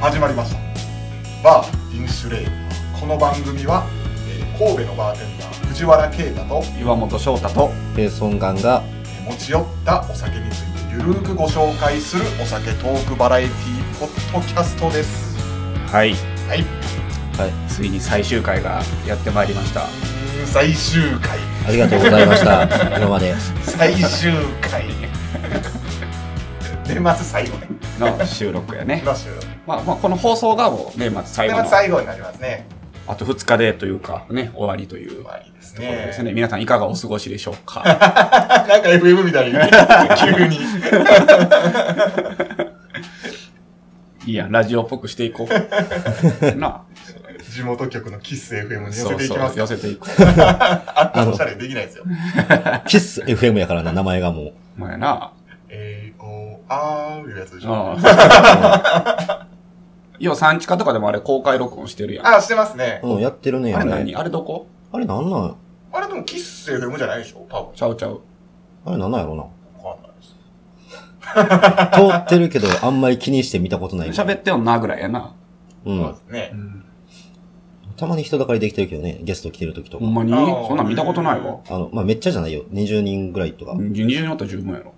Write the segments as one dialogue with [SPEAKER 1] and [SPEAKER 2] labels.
[SPEAKER 1] 始まりましたバーインシュレイこの番組は、えー神戸のバーテンダー藤原啓太と、
[SPEAKER 2] 岩本翔太と
[SPEAKER 3] ペーソンガンが
[SPEAKER 1] えー持ち寄ったお酒についてゆるーくご紹介するお酒トークバラエティポッドキャストです
[SPEAKER 2] はい
[SPEAKER 1] はい
[SPEAKER 2] ついに最終回がやってまいりました
[SPEAKER 1] うん最終回
[SPEAKER 3] ありがとうござい ました。今まで。
[SPEAKER 1] 最終回年末最後ね
[SPEAKER 2] の収録やね
[SPEAKER 1] 今週
[SPEAKER 2] まあまあこの放送がもう年末最
[SPEAKER 1] 年
[SPEAKER 2] 後
[SPEAKER 1] 末
[SPEAKER 2] の
[SPEAKER 1] 最後になりますね
[SPEAKER 2] あと2日でというかね終わりという
[SPEAKER 1] 終わりです
[SPEAKER 2] ところですね
[SPEAKER 1] ね
[SPEAKER 2] 皆さんいかがお過ごしでしょう か
[SPEAKER 1] なんか FM みたいに 急に
[SPEAKER 2] いいやラジオっぽくしていこう な
[SPEAKER 1] 地元局のキッス FM に
[SPEAKER 2] あ
[SPEAKER 1] 寄せていきます
[SPEAKER 2] 寄せていこ
[SPEAKER 1] あんなおしゃれできないですよ
[SPEAKER 3] キス FM やからな、名前がもう。
[SPEAKER 2] うまあやな
[SPEAKER 1] AOR いうやつでしょ
[SPEAKER 2] うん 要は産地化とかでもあれ公開録音してるやんあ
[SPEAKER 1] あしてますね
[SPEAKER 3] うん、やってるね、
[SPEAKER 2] れ
[SPEAKER 3] あれ。
[SPEAKER 2] 何あれどこ
[SPEAKER 3] あれなんなん
[SPEAKER 1] あれでもキッス FM じゃないでしょ多分
[SPEAKER 2] ちゃうちゃう
[SPEAKER 3] あれなんなんやろ
[SPEAKER 1] わかんないです
[SPEAKER 3] な。通ってるけど、あんまり気にして見たことない。
[SPEAKER 2] 喋ってんのなぐらいやな、
[SPEAKER 3] うん。
[SPEAKER 1] ね
[SPEAKER 3] たまに人だかりできてるけどね、ゲスト来てる時とか
[SPEAKER 2] ほん。まに
[SPEAKER 1] あー
[SPEAKER 2] そんなん見たことないわ
[SPEAKER 3] あの、まあ、めっちゃじゃないよ。20人ぐらいとか。
[SPEAKER 2] 20人だったら十分やろ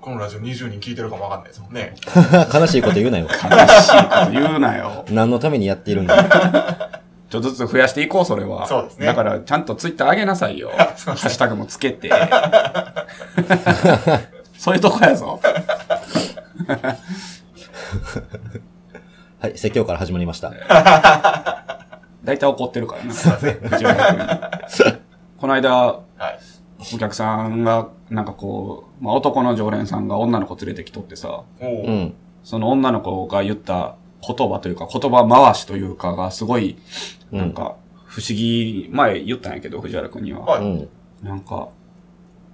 [SPEAKER 1] このラジオ20人聞いてるかもわかんないですもんね
[SPEAKER 3] 悲しいこと言うなよ。
[SPEAKER 2] 悲しいこと言うなよ。
[SPEAKER 3] 何のためにやっているんだ。
[SPEAKER 2] ちょっとずつ増やしていこう、それは。
[SPEAKER 1] そうですね
[SPEAKER 2] だから、ちゃんとツイッター上げなさいよ。ハッシュタグもつけて。 そういうとこやぞ。
[SPEAKER 3] はい、説教から始まりました。
[SPEAKER 2] 大体怒ってるからな。藤原君 この間、
[SPEAKER 1] はい
[SPEAKER 2] お客さんが、なんかこう、まあ、男の常連さんが女の子連れてきとってさ、
[SPEAKER 1] お
[SPEAKER 3] う
[SPEAKER 1] ー
[SPEAKER 3] ん。
[SPEAKER 2] その女の子が言った言葉というか、言葉回しというかが、すごい、
[SPEAKER 3] うん
[SPEAKER 2] なんか、不思議、前言ったんやけど、藤原君には。
[SPEAKER 1] は
[SPEAKER 3] う
[SPEAKER 1] い
[SPEAKER 3] ん。
[SPEAKER 2] なんか、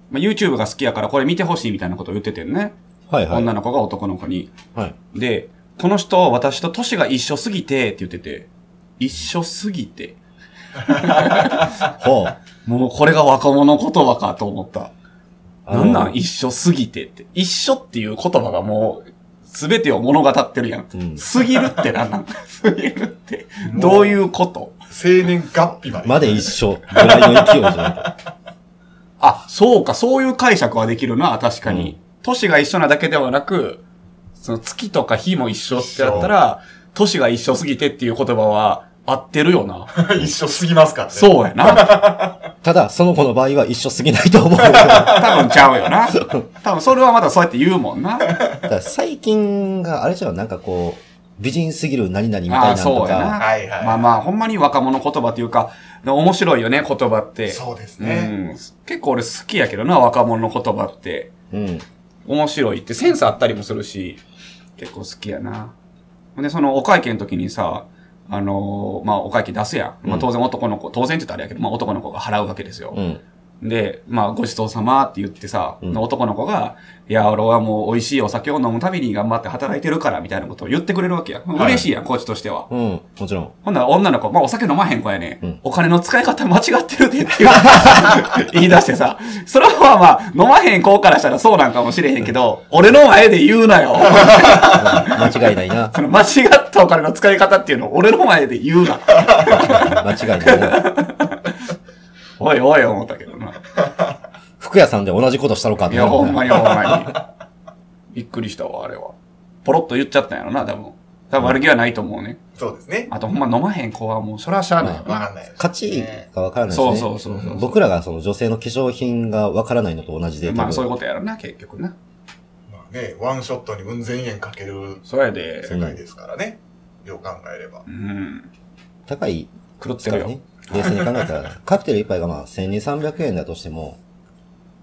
[SPEAKER 2] まあ、YouTube が好きやからこれ見てほしいみたいなことを言っててんね。
[SPEAKER 3] はいはい。
[SPEAKER 2] 女の子が男の子に。
[SPEAKER 3] はい。
[SPEAKER 2] で、この人、私と歳が一緒すぎて、って言ってて、一緒すぎて。
[SPEAKER 3] ほう。
[SPEAKER 2] もうこれが若者言葉かと思った。
[SPEAKER 3] あ
[SPEAKER 2] な
[SPEAKER 3] の
[SPEAKER 2] んなん一緒すぎてって。一緒っていう言葉がもう、すべてを物語ってるやん。
[SPEAKER 3] うん
[SPEAKER 2] すぎるってなん なんすぎるって、どういうこと
[SPEAKER 1] 生年月日まで
[SPEAKER 3] まで一緒。ぐらいの勢いじゃない。
[SPEAKER 2] あ、そうか、そういう解釈はできるな、確かに。年が一緒なだけではなく、その月とか日も一緒ってやったら、年が一緒すぎてっていう言葉は合ってるよ な。
[SPEAKER 1] 一緒すぎますからね
[SPEAKER 2] そうやな。
[SPEAKER 3] ただ、その子の場合は一緒すぎないと思う。
[SPEAKER 2] 多分ちゃうよな。多分それはまだそうやって言うもんな。
[SPEAKER 3] だから最近が、あれじゃん、なんかこう、美人すぎる何々みたい
[SPEAKER 2] あー
[SPEAKER 3] なの
[SPEAKER 2] そ
[SPEAKER 3] と
[SPEAKER 2] うやな
[SPEAKER 3] か、
[SPEAKER 1] はいはい
[SPEAKER 2] まあまあ、ほんまに若者言葉というか、面白いよね、言葉って。
[SPEAKER 1] そうです
[SPEAKER 2] う
[SPEAKER 1] ね。
[SPEAKER 2] ん。結構俺好きやけどな、若者の言葉って。
[SPEAKER 3] うん。
[SPEAKER 2] 面白いってセンスあったりもするし、結構好きやな。ほんで、そのお会計の時にさ、あのーまあ、お会計出すやん。まあ、
[SPEAKER 3] うん
[SPEAKER 2] 当然男の子、当然って言ったらあれやけど、まあ、男の子が払うわけですよ
[SPEAKER 3] う。ん。
[SPEAKER 2] で、まあ、ごちそうさまって言ってさ、
[SPEAKER 3] うん
[SPEAKER 2] 男の子が、いや、俺はもう美味しいお酒を飲むために頑張って働いてるから、みたいなことを言ってくれるわけや。
[SPEAKER 3] い
[SPEAKER 2] 嬉しいやん、こっちとしては。
[SPEAKER 3] うん。もちろん。
[SPEAKER 2] ほんなら女の子、まあお酒飲まへん子やね、
[SPEAKER 3] うん
[SPEAKER 2] お金の使い方間違ってるでって言う 言い出してさ、それはまあ飲まへん子からしたらそうなんかもしれへんけど、俺の前で言うなよ。
[SPEAKER 3] 間違いないな。
[SPEAKER 2] その間違ったお金の使い方っていうのを俺の前で言うな。
[SPEAKER 3] 間違いないな。
[SPEAKER 2] おいおい思ったけどな。
[SPEAKER 3] 服屋さんで同じことしたのかっ
[SPEAKER 2] い
[SPEAKER 3] て
[SPEAKER 2] や、
[SPEAKER 3] なる
[SPEAKER 2] ほ
[SPEAKER 3] もん
[SPEAKER 2] ん
[SPEAKER 3] な
[SPEAKER 2] まにほんまに。びっくりしたわ、あれは。ポロッと言っちゃったんやろな、多分。多分悪気はないと思うね。
[SPEAKER 1] そうですね。
[SPEAKER 2] あとほんま飲まへん子はもう、それはしゃあないよ
[SPEAKER 1] わ
[SPEAKER 2] な。
[SPEAKER 1] かんないです。
[SPEAKER 3] 価値がわからないですね。
[SPEAKER 2] そうそうそうそう。
[SPEAKER 3] 僕らがその女性の化粧品がわからないのと同じで、多
[SPEAKER 2] まあそういう
[SPEAKER 3] 分
[SPEAKER 2] ことやろな、結局な。
[SPEAKER 1] まあね、ワンショットにうん千円かける
[SPEAKER 2] それで、
[SPEAKER 1] 世界ですからね。よく考えれば
[SPEAKER 2] う。ん。
[SPEAKER 3] 高い
[SPEAKER 2] 狂って
[SPEAKER 3] か
[SPEAKER 2] る
[SPEAKER 3] ら
[SPEAKER 2] よ。
[SPEAKER 3] ね。冷静に考えたら、カクテル一杯がまあ1200、300円だとしても、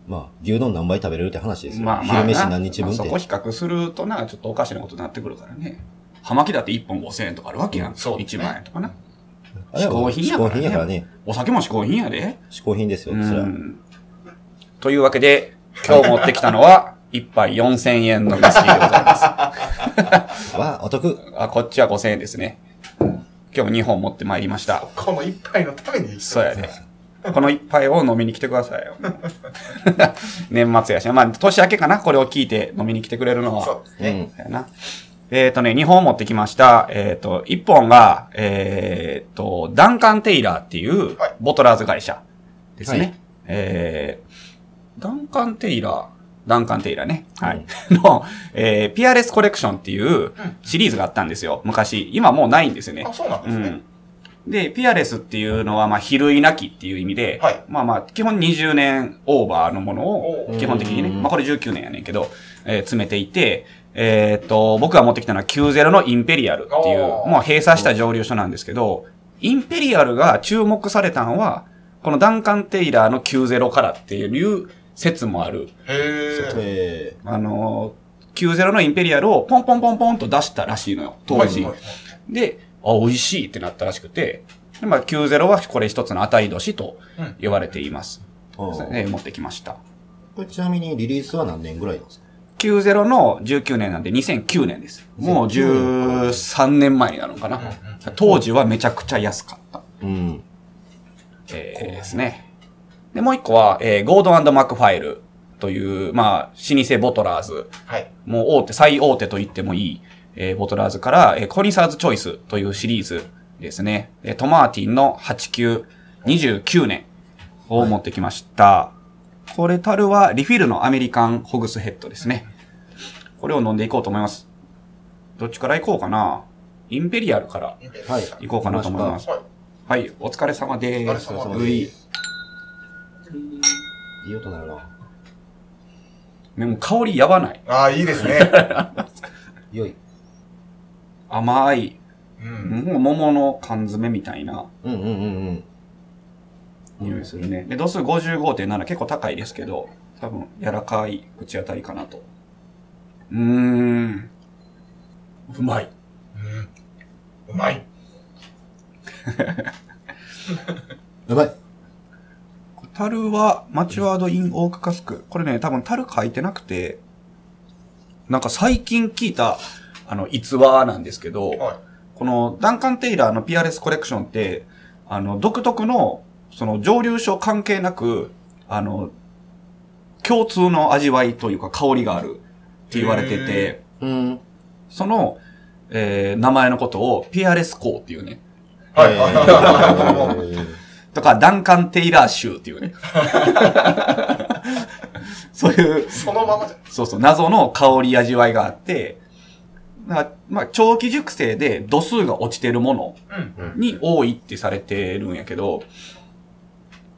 [SPEAKER 3] まあ、牛丼何杯食べれるって話ですよ。
[SPEAKER 2] まあまあ
[SPEAKER 3] 昼
[SPEAKER 2] な、
[SPEAKER 3] 飯何日分っ
[SPEAKER 2] まあ
[SPEAKER 3] て。
[SPEAKER 2] そこ比較するとな、ちょっとおかしなことになってくるからね。葉巻だって1本5000円とかあるわけやん。
[SPEAKER 1] そうです
[SPEAKER 2] 1
[SPEAKER 1] ね
[SPEAKER 2] 万円とかな。
[SPEAKER 3] あれはもう
[SPEAKER 2] 嗜好
[SPEAKER 3] 嗜好
[SPEAKER 2] 品やか
[SPEAKER 3] 品やかららね。
[SPEAKER 2] お酒も嗜好品やで。
[SPEAKER 3] 嗜好品ですよ、
[SPEAKER 2] う
[SPEAKER 3] それは。
[SPEAKER 2] ん。というわけで、今日持ってきたのは、1杯4000円のウイスキーでございます。
[SPEAKER 3] わあ、お得。
[SPEAKER 2] あ、こっちは5000円ですね。今日も2本持ってまいりました。
[SPEAKER 1] この一杯のために生きてる
[SPEAKER 2] そうやね。この一杯を飲みに来てください よ。もう年末やしな。まあ、年明けかなこれを聞いて飲みに来てくれるのは。
[SPEAKER 1] そうですね。
[SPEAKER 3] うん。
[SPEAKER 2] だよな。えっ、とね、2本持ってきました。えっ、と、1本が、えっ、と、ダンカン・テイラーっていう
[SPEAKER 1] はい、
[SPEAKER 2] ボトラーズ会社ですね。
[SPEAKER 3] はい
[SPEAKER 2] えー、ダンカン・テイラー、ダンカン・テイラーね。は
[SPEAKER 3] うん
[SPEAKER 2] い。 の、えー、ピアレス・コレクションっていうシリーズがあったんですよ。昔。今もうないんですよね
[SPEAKER 1] あ、。そうなんですね。
[SPEAKER 2] で、ピアレスっていうのは、まあ、比類なきっていう意味で、
[SPEAKER 1] はい
[SPEAKER 2] まあまあ、基本20年オーバーのものを
[SPEAKER 1] お、ー
[SPEAKER 2] 基本的にね、
[SPEAKER 3] うん
[SPEAKER 2] まあこれ19年やねんけど、えー詰めていて、えーっと、僕が持ってきたのは90のインペリアルっていう、
[SPEAKER 1] おー
[SPEAKER 2] もう閉鎖した蒸留所なんですけど、インペリアルが注目されたのは、このダンカン・テイラーの90からっていう説もある。
[SPEAKER 1] へえ。
[SPEAKER 3] え
[SPEAKER 2] あのー、90のインペリアルをポンポンポンポンと出したらしいのよ、当時。
[SPEAKER 1] はいはい
[SPEAKER 2] で、あ、美味しいってなったらしくて、でまあ、90はこれ一つの当たり年と
[SPEAKER 1] うん
[SPEAKER 2] 言われています。
[SPEAKER 3] ー
[SPEAKER 2] えー持ってきました。
[SPEAKER 3] これちなみにリリースは何年ぐらいなんですか
[SPEAKER 2] 90の19年なんで2009年です。もう13年前になるのかな。当時はめちゃくちゃ安かった。
[SPEAKER 3] うん。
[SPEAKER 2] えーですね。で、もう一個は、えーゴードンマクファイルという、まあ、老舗ボトラーズ
[SPEAKER 1] はい。
[SPEAKER 2] もう大手、最大手と言ってもいい、えーボトラーズから、えーコニサーズチョイスというシリーズですね。えートマーティンの89、29年を持ってきました。これたるはリフィルのアメリカンホグスヘッドですね。これを飲んでいこうと思います。どっちからいこうかな。インペリアルから
[SPEAKER 1] インペリアル
[SPEAKER 3] はい。
[SPEAKER 2] いこうかなと思います。
[SPEAKER 1] はい。
[SPEAKER 2] はい、お疲れ様で
[SPEAKER 1] お
[SPEAKER 2] す。
[SPEAKER 1] 疲れ様
[SPEAKER 2] うい
[SPEAKER 3] いい音なるな。
[SPEAKER 2] でも香りやばない。
[SPEAKER 1] ああ、いいですね。
[SPEAKER 3] 良い。
[SPEAKER 2] 甘い、
[SPEAKER 1] うん。
[SPEAKER 2] もう桃の缶詰みたいな。
[SPEAKER 3] うんうんうん
[SPEAKER 2] 匂いするね。で、度数55.7結構高いですけど、多分柔らかい口当たりかなと。うーん。うまい。
[SPEAKER 1] うんうまい。
[SPEAKER 3] うん。やばい。
[SPEAKER 2] 樽は、マチュアード・イン・オーク・カスク。これね、多分樽書いてなくて、なんか最近聞いた、あの、逸話なんですけど、
[SPEAKER 1] はい。
[SPEAKER 2] このダンカン・テイラーの PRS コレクションって、あの、独特の、その蒸留所関係なく、あの、共通の味わいというか香りがあるって言われてて
[SPEAKER 1] へ、
[SPEAKER 3] うん。
[SPEAKER 2] その、えー名前のことを PRS 港っていうね。
[SPEAKER 1] はい。はい
[SPEAKER 3] えー
[SPEAKER 2] とか、ダンカン・テイラー州っていうね。 そうい う、
[SPEAKER 1] そのままじゃ。
[SPEAKER 2] そうそう、謎の香り味わいがあって、だからまあ、長期熟成で度数が落ちてるもの
[SPEAKER 1] うん。
[SPEAKER 2] に多いってされてるんやけど、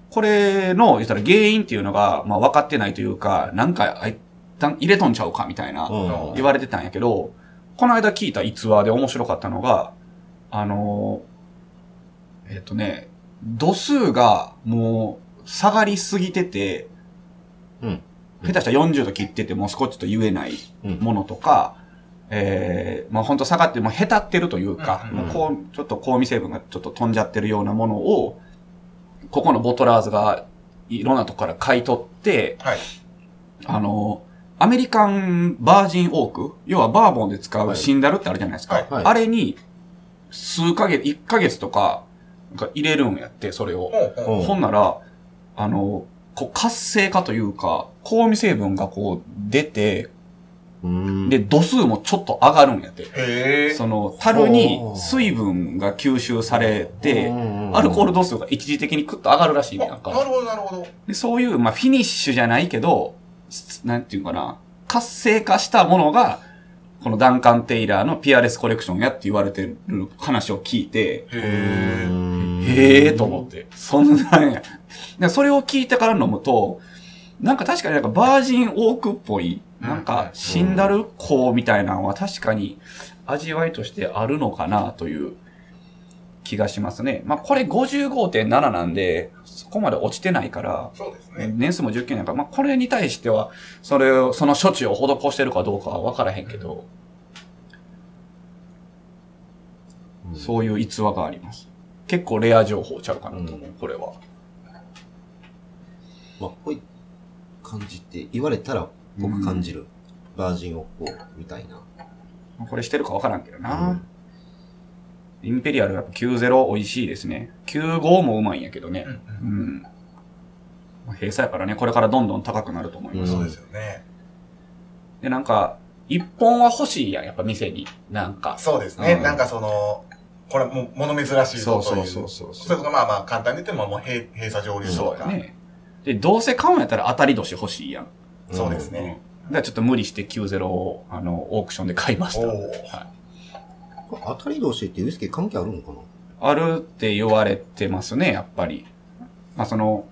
[SPEAKER 2] これの、言ったら原因っていうのが、まあ分かってないというか、なんか、あいたん入れとんちゃうかみたいな、
[SPEAKER 3] うん
[SPEAKER 2] 言われてたんやけど、この間聞いた逸話で面白かったのが、あのー、えっ、とね、度数がもう下がりすぎてて、
[SPEAKER 3] うん
[SPEAKER 2] 下手したら40度切っててもう少しと言えない
[SPEAKER 3] うん。
[SPEAKER 2] ものとか、えー、まあ本当下がってもうへたってるというか、
[SPEAKER 1] うん
[SPEAKER 3] うんうん
[SPEAKER 2] もうこう、ちょっと香味成分がちょっと飛んじゃってるようなものを、ここのボトラーズがいろんなとこから買い取って、
[SPEAKER 1] はい。
[SPEAKER 2] あの、アメリカンバージンオーク、要はバーボンで使
[SPEAKER 3] は
[SPEAKER 2] う
[SPEAKER 3] い
[SPEAKER 2] シンダルってあるじゃないですか。
[SPEAKER 1] はい
[SPEAKER 3] はい
[SPEAKER 2] あれに、数ヶ月、1ヶ月とか、なんか入れるんやって、それを。
[SPEAKER 1] うんうん
[SPEAKER 3] うん
[SPEAKER 2] ほんなら、あの、こう活性化というか、香味成分がこう出て、
[SPEAKER 3] うん
[SPEAKER 2] で、、度数もちょっと上がるんやって。
[SPEAKER 1] へえ。
[SPEAKER 2] その、樽に水分が吸収されて、アルコール度数が一時的にクッと上がるらしいね。
[SPEAKER 1] あ
[SPEAKER 2] な
[SPEAKER 1] なんる
[SPEAKER 2] か。
[SPEAKER 1] ほど、なるほど。
[SPEAKER 2] で、そういう、まあ、フィニッシュじゃないけど、すなんていうかな、活性化したものが、このダンカン・テイラーのピアレスコレクションやって言われてる話を聞いて、
[SPEAKER 1] へ
[SPEAKER 3] ル
[SPEAKER 1] え。
[SPEAKER 2] へえーと思って、そんなんや。で、それを聞いてから飲むと、なんか確かになんかバージンオークっぽい、なんかシンダル香みたいなのは確かに味わいとしてあるのかなという気がしますね。まあこれ55.7なんで、そこまで落ちてないから、
[SPEAKER 1] そうですね。
[SPEAKER 2] 年数も19年やから、まあ、これに対しては、それを、その処置を施してるかどうかは分からへんけど、そういう逸話があります。結構レア情報ちゃうかなと思う、これは。
[SPEAKER 3] まあ、こういう感じって言われたら僕感じる。バージンをこう、みたいな。
[SPEAKER 2] まあこれしてるか分からんけどな。インペリアルやっぱ90美味しいですね。95もうまいんやけどね
[SPEAKER 1] う。ん
[SPEAKER 2] うん。まあ閉鎖やからね、これからどんどん高くなると思い
[SPEAKER 1] うん
[SPEAKER 2] ます。
[SPEAKER 1] そうですよね。
[SPEAKER 2] で、なんか、一本は欲しいやん、やっぱ店に。なんか。
[SPEAKER 1] そうですね。
[SPEAKER 2] うん
[SPEAKER 1] なんかその、これも、もの珍しい
[SPEAKER 2] そ
[SPEAKER 1] ぞ
[SPEAKER 2] う
[SPEAKER 1] とい。
[SPEAKER 2] そううそ
[SPEAKER 1] そ
[SPEAKER 2] うそう。
[SPEAKER 1] れこそまあまあ、簡単に言っても、もう閉閉鎖上流
[SPEAKER 2] そ
[SPEAKER 1] と
[SPEAKER 2] うや
[SPEAKER 1] か。
[SPEAKER 2] ね。で、どうせ買うんやったら当たり年欲しいやん。
[SPEAKER 1] そうですね。
[SPEAKER 2] うん。だからちょっと無理して90を、あの、オークションで買いました。
[SPEAKER 1] お
[SPEAKER 2] はい
[SPEAKER 1] ー、
[SPEAKER 3] これ当たり年ってウイスキー関係あるのかな
[SPEAKER 2] あるって言われてますね、やっぱり。まあその、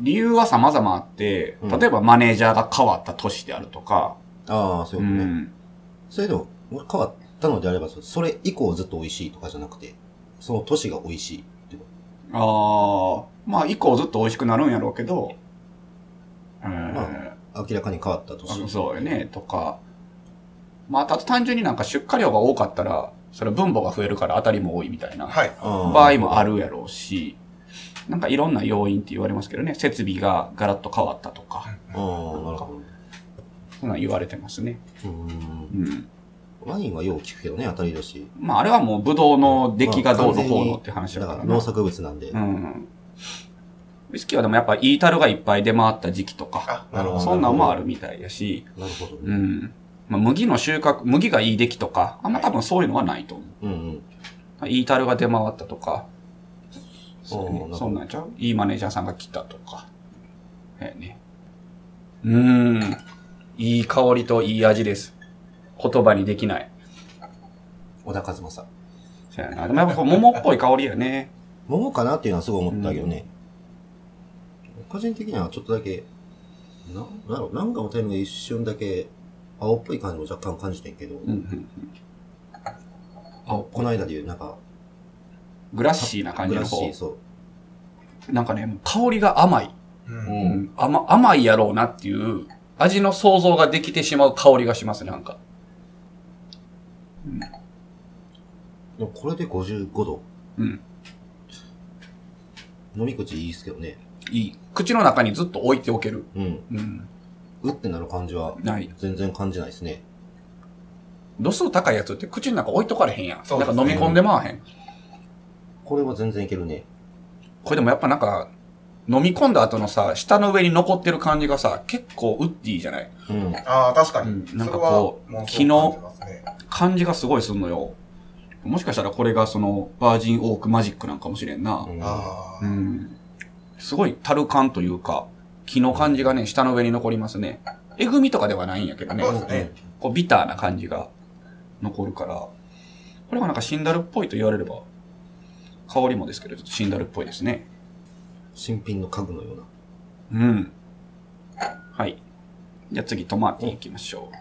[SPEAKER 2] 理由は様々あって、
[SPEAKER 3] うん
[SPEAKER 2] 例えばマネージャーが変わった年であるとか、
[SPEAKER 3] ああ、そう
[SPEAKER 2] う
[SPEAKER 3] いうことね。
[SPEAKER 2] ん。
[SPEAKER 3] それでも、変わったのであれば、それ以降ずっと美味しいとかじゃなくて、その年が美味しいってこ
[SPEAKER 2] ああ、まあ以降ずっと美味しくなるんやろうけど、うん。
[SPEAKER 3] まと。明らかに変わった年。
[SPEAKER 2] あそうよね、とか。まあ、あと単純になんか出荷量が多かったら、それは分母が増えるから当たりも多いみたいな
[SPEAKER 1] はい。
[SPEAKER 3] ああ
[SPEAKER 2] 場合もあるやろうし、なんかいろんな要因って言われますけどね、設備がガラッと変わったとか、
[SPEAKER 3] ああ、なるほ
[SPEAKER 2] そんなん言われてますね。
[SPEAKER 3] ど。うん
[SPEAKER 2] うん。
[SPEAKER 3] ワインはよう聞くけどね、当たり年。
[SPEAKER 2] まあ、あれはもうブドウの出来がどうのこうのって話
[SPEAKER 3] だ
[SPEAKER 2] だ
[SPEAKER 3] か
[SPEAKER 2] からら
[SPEAKER 3] 農
[SPEAKER 2] な。
[SPEAKER 3] 作物なんで。
[SPEAKER 2] うん。ウイスキーはでもやっぱいい樽がいっぱい出回った時期とか、
[SPEAKER 1] あ、なるほ
[SPEAKER 3] あ
[SPEAKER 1] ど。
[SPEAKER 2] そんなんもあるみたいやし、
[SPEAKER 3] なるほど
[SPEAKER 2] う
[SPEAKER 3] ね。
[SPEAKER 2] ん。まあ、麦の収穫、麦がいい出来とか、あんま多分そういうのはないと思う。
[SPEAKER 3] うんうん。
[SPEAKER 2] いい樽が出回ったとか、そう
[SPEAKER 3] おーなるほ
[SPEAKER 2] ね
[SPEAKER 3] ど
[SPEAKER 2] そんなんちゃういいマネージャーさんが来たとか。だよね。うーん。いい香りといい味です。言葉にできない。
[SPEAKER 3] 小田和正。
[SPEAKER 2] そうやな。でもやっぱこう桃っぽい香りやね。
[SPEAKER 3] 桃かなっていうのはすごい思ったけどね。個人的にはちょっとだけ、な、なんだろう、なんかのタイミングで一瞬だけ、青っぽい感じを若干感じてんけど、
[SPEAKER 2] うんうん。あ、
[SPEAKER 3] この間で言う、なんか、
[SPEAKER 2] グラッシーな感じ
[SPEAKER 3] グ
[SPEAKER 2] の
[SPEAKER 3] ラッシ
[SPEAKER 2] 方
[SPEAKER 3] ー、。そう。
[SPEAKER 2] なんかね、もう香りが甘い。
[SPEAKER 1] うん
[SPEAKER 3] う
[SPEAKER 2] うんん。甘、甘いやろうなっていう、味の想像ができてしまう香りがしますね、なんか。
[SPEAKER 3] でもこれで55度。
[SPEAKER 2] うん。
[SPEAKER 3] 飲み口いいっすけどね。
[SPEAKER 2] いい。口の中にずっと置いておける。
[SPEAKER 3] うん。
[SPEAKER 2] うん。
[SPEAKER 3] うってなる感じは、
[SPEAKER 2] ない。
[SPEAKER 3] 全然感じないですね。
[SPEAKER 2] 度数高いやつって口の中置いとかれへんやん。
[SPEAKER 1] そう
[SPEAKER 2] な
[SPEAKER 1] で
[SPEAKER 2] ん
[SPEAKER 1] す
[SPEAKER 2] か
[SPEAKER 1] ね
[SPEAKER 2] 飲み込んでまわへん。
[SPEAKER 3] これは全然いけるね。
[SPEAKER 2] これでもやっぱなんか、飲み込んだ後のさ、舌の上に残ってる感じがさ、結構ウッディじゃない
[SPEAKER 3] うん。
[SPEAKER 1] ああ、確か
[SPEAKER 2] う
[SPEAKER 1] に。
[SPEAKER 2] んなんかこう
[SPEAKER 1] それはも
[SPEAKER 2] 昨日
[SPEAKER 1] そう感じますね
[SPEAKER 2] 感じがすごいすんのよ。もしかしたらこれがその、バージンオークマジックなんかもしれんな。
[SPEAKER 1] あ
[SPEAKER 2] う
[SPEAKER 1] あ、
[SPEAKER 2] ん。すごい樽感というか、木の感じがね、舌の上に残りますね。えぐみとかではないんやけどね。
[SPEAKER 1] そうですね。
[SPEAKER 2] こう、ビターな感じが残るから、これがなんかシンダルっぽいと言われれば、香りもですけど、ちょっとシンダルっぽいですね。
[SPEAKER 3] 新品の家具のような。
[SPEAKER 2] うん。はい。じゃあ次、トマーティン行きましょう。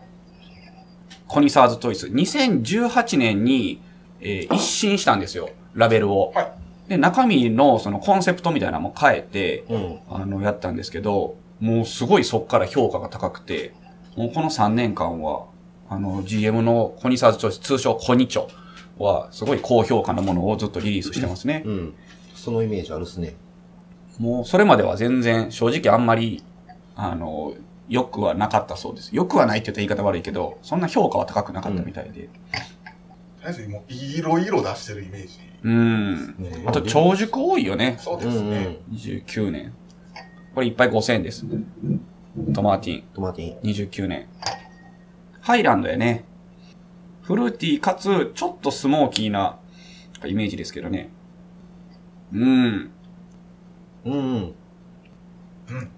[SPEAKER 2] コニサーズトイス。2018年に、えー一新したんですよ。ラベルを。
[SPEAKER 1] はい
[SPEAKER 2] で、中身のそのコンセプトみたいなのも変えて、
[SPEAKER 3] うん。
[SPEAKER 2] あの、やったんですけど、もうすごいそっから評価が高くて、もうこの3年間は、あの、GM のコニサーズチョイス、通称コニチョは、すごい高評価のものをずっとリリースしてますね。
[SPEAKER 3] うん。そのイメージあるっすね。
[SPEAKER 2] もうそれまでは全然正直あんまり、あの、良くはなかったそうです。良くはないって言ったら言い方悪いけど、そんな評価は高くなかったみたいで。
[SPEAKER 1] とりあえずもう、いろいろ出してるイメージ。
[SPEAKER 2] うん。
[SPEAKER 3] ね
[SPEAKER 2] あと、長熟多いよね。
[SPEAKER 1] そう
[SPEAKER 3] う
[SPEAKER 1] です
[SPEAKER 3] んう
[SPEAKER 1] ね。
[SPEAKER 3] ん。
[SPEAKER 2] 29年。これいっぱい5000円です。トマーティン。
[SPEAKER 3] トマティン。
[SPEAKER 2] 29年。ハイランドやね。フルーティーかつ、ちょっとスモーキーなイメージですけどね。うん。
[SPEAKER 3] うんうん。
[SPEAKER 1] うん。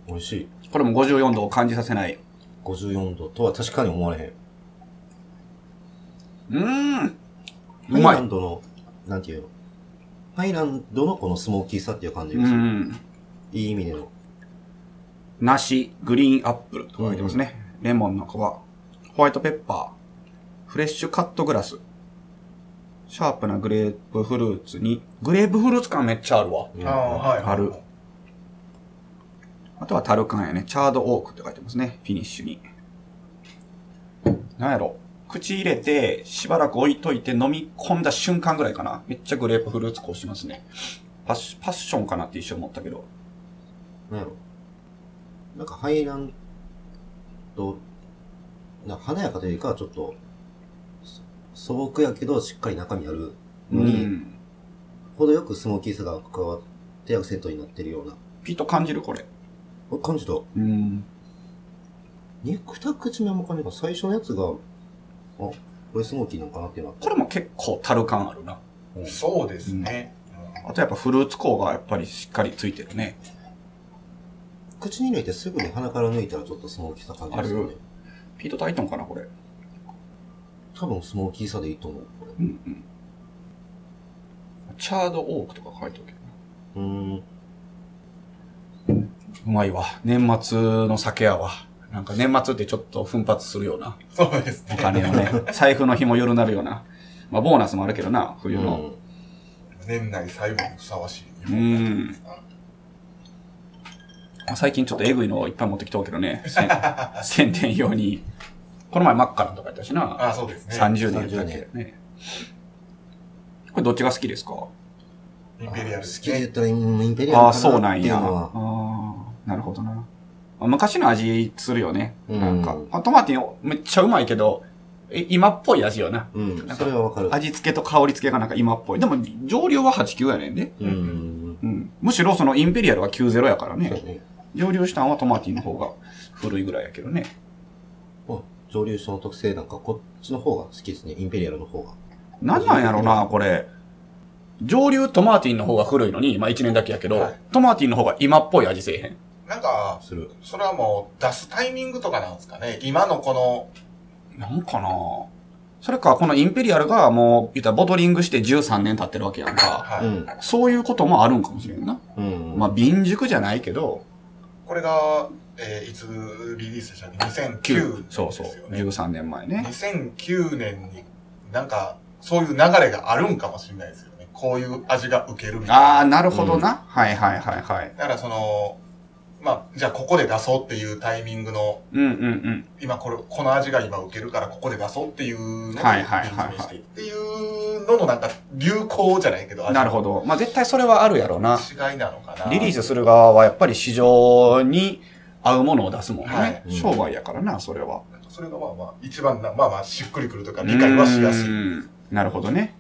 [SPEAKER 3] 美味しい。
[SPEAKER 2] これも54度を感じさせない。
[SPEAKER 3] 54度とは確かに思われへん。
[SPEAKER 2] うん。う
[SPEAKER 3] ハイラ
[SPEAKER 2] まい。
[SPEAKER 3] ンドの、なんていうのハイランドのこのスモーキーさっていう感じ
[SPEAKER 2] う
[SPEAKER 3] がする。
[SPEAKER 2] ん。
[SPEAKER 3] いい意味での。
[SPEAKER 2] 梨、グリーンアップルと書いてますね。レモンの皮、ホワイトペッパー、フレッシュカットグラス、シャープなグレープフルーツに、グレープフルーツ感めっちゃあるわ。
[SPEAKER 3] うん
[SPEAKER 1] ああ、はい。
[SPEAKER 2] ある。あとはタルカンやね。チャードオークって書いてますね。フィニッシュに。なんやろ。口入れて、しばらく置いといて飲み込んだ瞬間ぐらいかな。めっちゃグレープフルーツこうしますね。パッシパッションかなって一瞬思ったけど。
[SPEAKER 3] なんやろ。なんかハイランド、なんか華やかというよりかはちょっと、そ素朴やけどしっかり中身あるのに、
[SPEAKER 2] うん
[SPEAKER 3] 程よくスモーキーさが加わってアクセントになってるような。
[SPEAKER 2] ピッと感じるこれ。
[SPEAKER 3] あ感じた。
[SPEAKER 2] うん。
[SPEAKER 3] 肉た口目も感じた。最初のやつがこれスモーキーなんかなっていうのは。
[SPEAKER 2] これも結構樽感あるな。
[SPEAKER 1] そうですね。
[SPEAKER 2] あとやっぱフルーツ香がやっぱりしっかりついてるね。
[SPEAKER 3] 口に入れてすぐに鼻から抜いたらちょっとスモーキーさ感じですよ
[SPEAKER 2] あ
[SPEAKER 3] ね
[SPEAKER 2] る。ピート・タイトンかな、これ。
[SPEAKER 3] 多分スモーキーさでいいと思う、これ。
[SPEAKER 2] うんうん。チャード・オークとか書いておけば
[SPEAKER 3] うーん。
[SPEAKER 2] うまいわ。年末の酒やわ。なんか年末ってちょっと奮発するような。
[SPEAKER 1] そうです
[SPEAKER 2] お
[SPEAKER 1] ね。
[SPEAKER 2] 金を ね。財布の日も夜なるような。まあ、ボーナスもあるけどな、冬の。
[SPEAKER 1] 年内最後にふさわしい。
[SPEAKER 2] うんまあ最近ちょっとエグいのをいっぱい持ってきたけどね。 せん宣伝用に。この前マッカランとかやったしな。
[SPEAKER 1] あ、そうですね。
[SPEAKER 2] 30年やったっけね。これどっちが好きですか
[SPEAKER 1] インペリアルで
[SPEAKER 3] 好
[SPEAKER 1] す
[SPEAKER 3] きで言
[SPEAKER 1] ね。
[SPEAKER 3] ったらインペリ
[SPEAKER 2] あ
[SPEAKER 3] ア
[SPEAKER 2] あ、
[SPEAKER 3] ルか
[SPEAKER 2] そう
[SPEAKER 3] な
[SPEAKER 2] な
[SPEAKER 3] っ
[SPEAKER 2] ん
[SPEAKER 3] ていう
[SPEAKER 2] や。あ
[SPEAKER 3] のは。
[SPEAKER 2] あ、なるほどな。あ昔の味するよね。
[SPEAKER 3] うん
[SPEAKER 2] なんか。あトマティンめっちゃうまいけど、い今っぽい味よな。
[SPEAKER 3] うん、それはわかる。
[SPEAKER 2] 味付けと香り付けがなんか今っぽい。でも、上流は8、9やねんね。
[SPEAKER 3] うん。
[SPEAKER 2] うん。むしろそのインペリアルは90やから
[SPEAKER 3] そう
[SPEAKER 2] ね。
[SPEAKER 3] ね。
[SPEAKER 2] 上流したんはトマティの方が古いぐらいやけどね。
[SPEAKER 3] まあ、蒸留所の特性なんかこっちの方が好きですね。インペリアルの方が。
[SPEAKER 2] なんなんやろな、これ。上流トマーティンの方が古いのに、まあ1年だけやけど、トマーティンの方が今っぽい味せえへん。
[SPEAKER 1] なんか、
[SPEAKER 3] する。
[SPEAKER 1] それはもう出すタイミングとかなんですかね。今のこの、
[SPEAKER 2] なんかなそれか、このインペリアルがもう、言ったらボトリングして13年経ってるわけやんか。
[SPEAKER 1] はい
[SPEAKER 3] うん。
[SPEAKER 2] そういうこともあるんかもしれんな。
[SPEAKER 3] うん。
[SPEAKER 2] まあ、瓶熟じゃないけど、
[SPEAKER 1] これが、えーいつリリースしたっけ ?2009
[SPEAKER 2] 9、そうそう
[SPEAKER 1] ですよ、ね
[SPEAKER 2] 13年前ね。
[SPEAKER 1] 2009年になんかそういう流れがあるんかもしれないですよね。こういう味が受けるみたい
[SPEAKER 2] ああ、
[SPEAKER 1] な。
[SPEAKER 2] なるほどな。はいはいはいはい。
[SPEAKER 1] だからその、まあ、じゃあここで出そうっていうタイミングの、
[SPEAKER 2] うんうんうん。
[SPEAKER 1] 今これ、この味が今受けるからここで出そうっていうのを
[SPEAKER 2] はいはいはいはい
[SPEAKER 1] 説明していくっていうののなんか流行じゃないけど、味の
[SPEAKER 2] なるほど。まあ、絶対それはあるやろうな。
[SPEAKER 1] 違いなのかな。
[SPEAKER 2] リリースする側はやっぱり市場に合うものを出すもんね。
[SPEAKER 1] はい
[SPEAKER 3] うん
[SPEAKER 2] 商売やからな、それは。
[SPEAKER 1] それがまあまあ、一番な、まあまあ、しっくりくるというか、理解はしやす
[SPEAKER 2] う
[SPEAKER 1] い。
[SPEAKER 2] ーんなるほどね。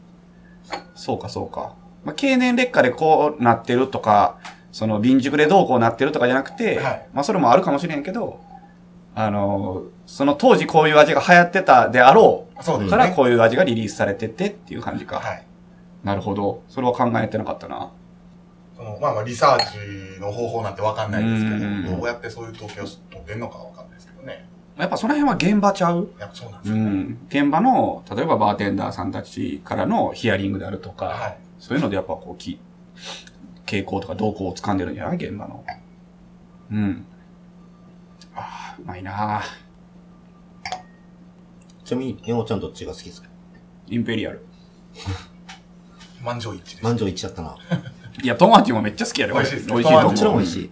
[SPEAKER 2] そうか、そうか。まあ、経年劣化でこうなってるとか、その、瓶熟でどうこうなってるとかじゃなくて、
[SPEAKER 1] はい
[SPEAKER 2] まあ、それもあるかもしれんけど、あの、その当時こういう味が流行ってたであろ
[SPEAKER 1] そうで
[SPEAKER 2] う
[SPEAKER 1] す
[SPEAKER 2] か
[SPEAKER 1] ね。
[SPEAKER 2] ら、こういう味がリリースされててっていう感じか。
[SPEAKER 1] はい。
[SPEAKER 2] なるほど。それは考えてなかったな。
[SPEAKER 1] そのまあまあリサーチの方法なんてわかんないですけど、
[SPEAKER 2] うん
[SPEAKER 1] どうやってそういう統計を取ってんのかわかんないですけどね。
[SPEAKER 2] やっぱその辺は現場ちゃう
[SPEAKER 1] やっぱそうなんです
[SPEAKER 2] う
[SPEAKER 1] よね。
[SPEAKER 2] ん。現場の、例えばバーテンダーさんたちからのヒアリングであるとか、
[SPEAKER 1] はい。
[SPEAKER 2] そういうのでやっぱこう、き傾向とか動向を掴んでるんじゃない現場の。うん。ああ、うまいなあ
[SPEAKER 3] ちなみに、山ちゃんどっちが好きですか
[SPEAKER 2] インペリアル。
[SPEAKER 1] 満場一致です。
[SPEAKER 3] 満場一致だったな。
[SPEAKER 2] いや、トマティもめっちゃ好きやで、
[SPEAKER 1] 美味しいです
[SPEAKER 2] 俺美
[SPEAKER 1] トマティ
[SPEAKER 2] 味しいと
[SPEAKER 3] も
[SPEAKER 1] も
[SPEAKER 3] ちろん美
[SPEAKER 2] 思う
[SPEAKER 3] 味しい。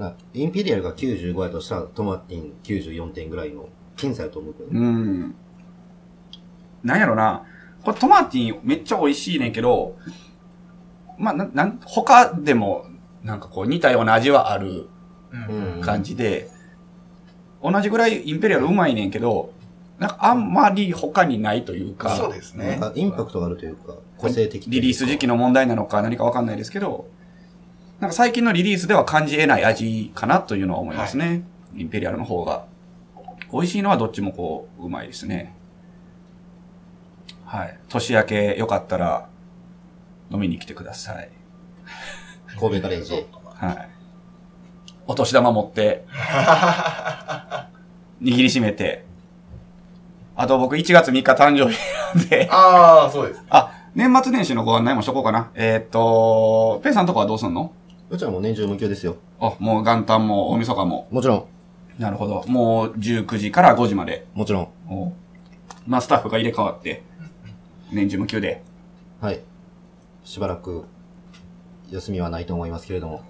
[SPEAKER 3] なインペリアルが95やとしたら、トマティン94点ぐらいの僅差やと思うけど。
[SPEAKER 2] うん。なんやろな。これトマティめっちゃ美味しいねんけど、まあ、なん、なん、他でも、なんかこう似たような味はある
[SPEAKER 1] うん
[SPEAKER 3] うん。
[SPEAKER 2] 感じで、同じぐらいインペリアルうまいねんけど、なんかあんまり他にないというか、
[SPEAKER 1] そうです
[SPEAKER 3] なん
[SPEAKER 1] ね。
[SPEAKER 3] かインパクトがあるというか、個性的というか
[SPEAKER 2] リリース時期の問題なのか何かわかんないですけど、なんか最近のリリースでは感じ得ない味かなというのは思いますね。インペリアルの方が。美味しいのはどっちもこう、うまいですね。はい。年明けよかったら飲みに来てください。
[SPEAKER 3] 神戸ガレージ。
[SPEAKER 2] はい。お年玉持 って、握りしめて、あと僕1月3日誕生日なんで、
[SPEAKER 1] ああ、そうです。
[SPEAKER 2] あ、年末年始のご案内もしとこうかな。えーっと、ペイさんとこはどうすんの
[SPEAKER 3] うちはもう年中無休ですよ。
[SPEAKER 2] あ、もう元旦も大晦日も。
[SPEAKER 3] もちろん、
[SPEAKER 2] なるほど。もう19時から5時まで。
[SPEAKER 3] もちろん。
[SPEAKER 2] おまあ、スタッフが入れ替わって、年中無休で。
[SPEAKER 3] はい。しばらく、休みはないと思いますけれども。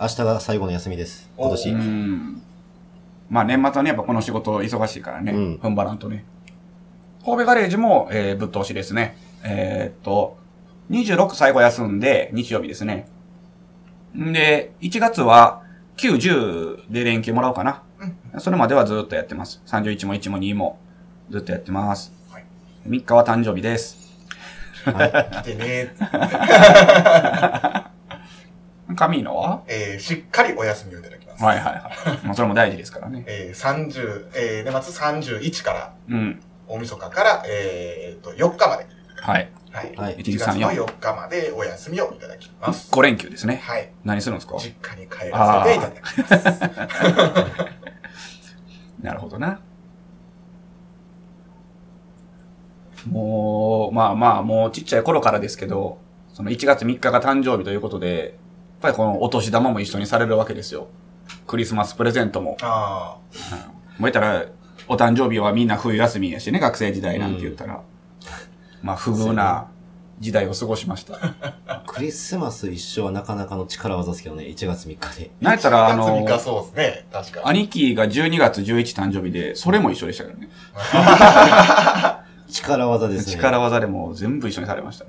[SPEAKER 3] 明日が最後の休みです。今
[SPEAKER 2] う
[SPEAKER 3] 年。
[SPEAKER 2] ん。まあ、年末はね、やっぱこの仕事忙しいからね。
[SPEAKER 3] うん
[SPEAKER 2] 踏ん張らんとね。神戸ガレージも、えー、ぶっ通しですね。えーっと、26最後休んで、日曜日ですね。んで、1月は、9、10で連休もらおうかな。それまではずっとやってます。31も1も2も、ずっとやってます。
[SPEAKER 1] はい
[SPEAKER 2] 3日は誕生日です。
[SPEAKER 1] 来てね。
[SPEAKER 2] 神野は
[SPEAKER 1] えーしっかりお休みをいただきます。
[SPEAKER 2] はいはいはい。もうそれも大事ですからね。
[SPEAKER 1] えー、30、えー、年末31から、
[SPEAKER 2] うん。
[SPEAKER 1] 大晦日から、えー、と、4日まで。
[SPEAKER 2] はい。
[SPEAKER 1] はい。
[SPEAKER 3] はい
[SPEAKER 2] 1
[SPEAKER 1] 1
[SPEAKER 2] 日
[SPEAKER 1] 月の
[SPEAKER 2] 3、4。
[SPEAKER 1] 4日までお休みをいただきます。
[SPEAKER 2] 5連休ですね。
[SPEAKER 1] はい。
[SPEAKER 2] 何するんですか
[SPEAKER 1] 実家に帰らせていただきます。
[SPEAKER 2] なるほどな。もう、まあまあ、もうちっちゃい頃からですけど、その1月3日が誕生日ということで、やっぱりこのお年玉も一緒にされるわけですよ。クリスマスプレゼントも。
[SPEAKER 1] あ
[SPEAKER 2] もう言ったら、お誕生日はみんな冬休みやしね、学生時代なんて言ったら。まあ、不遇な時代を過ごしました。
[SPEAKER 3] クリスマス一生はなかなかの力技ですけどね、1月3日で。
[SPEAKER 1] あ。
[SPEAKER 2] なんやったら、あ
[SPEAKER 1] 1
[SPEAKER 2] の
[SPEAKER 1] 月、3日そうですね。確かに。
[SPEAKER 2] 兄貴が12月11誕生日で、それも一緒でしたからね。
[SPEAKER 3] 力技ですね。
[SPEAKER 2] 力技でもう全部一緒にされました。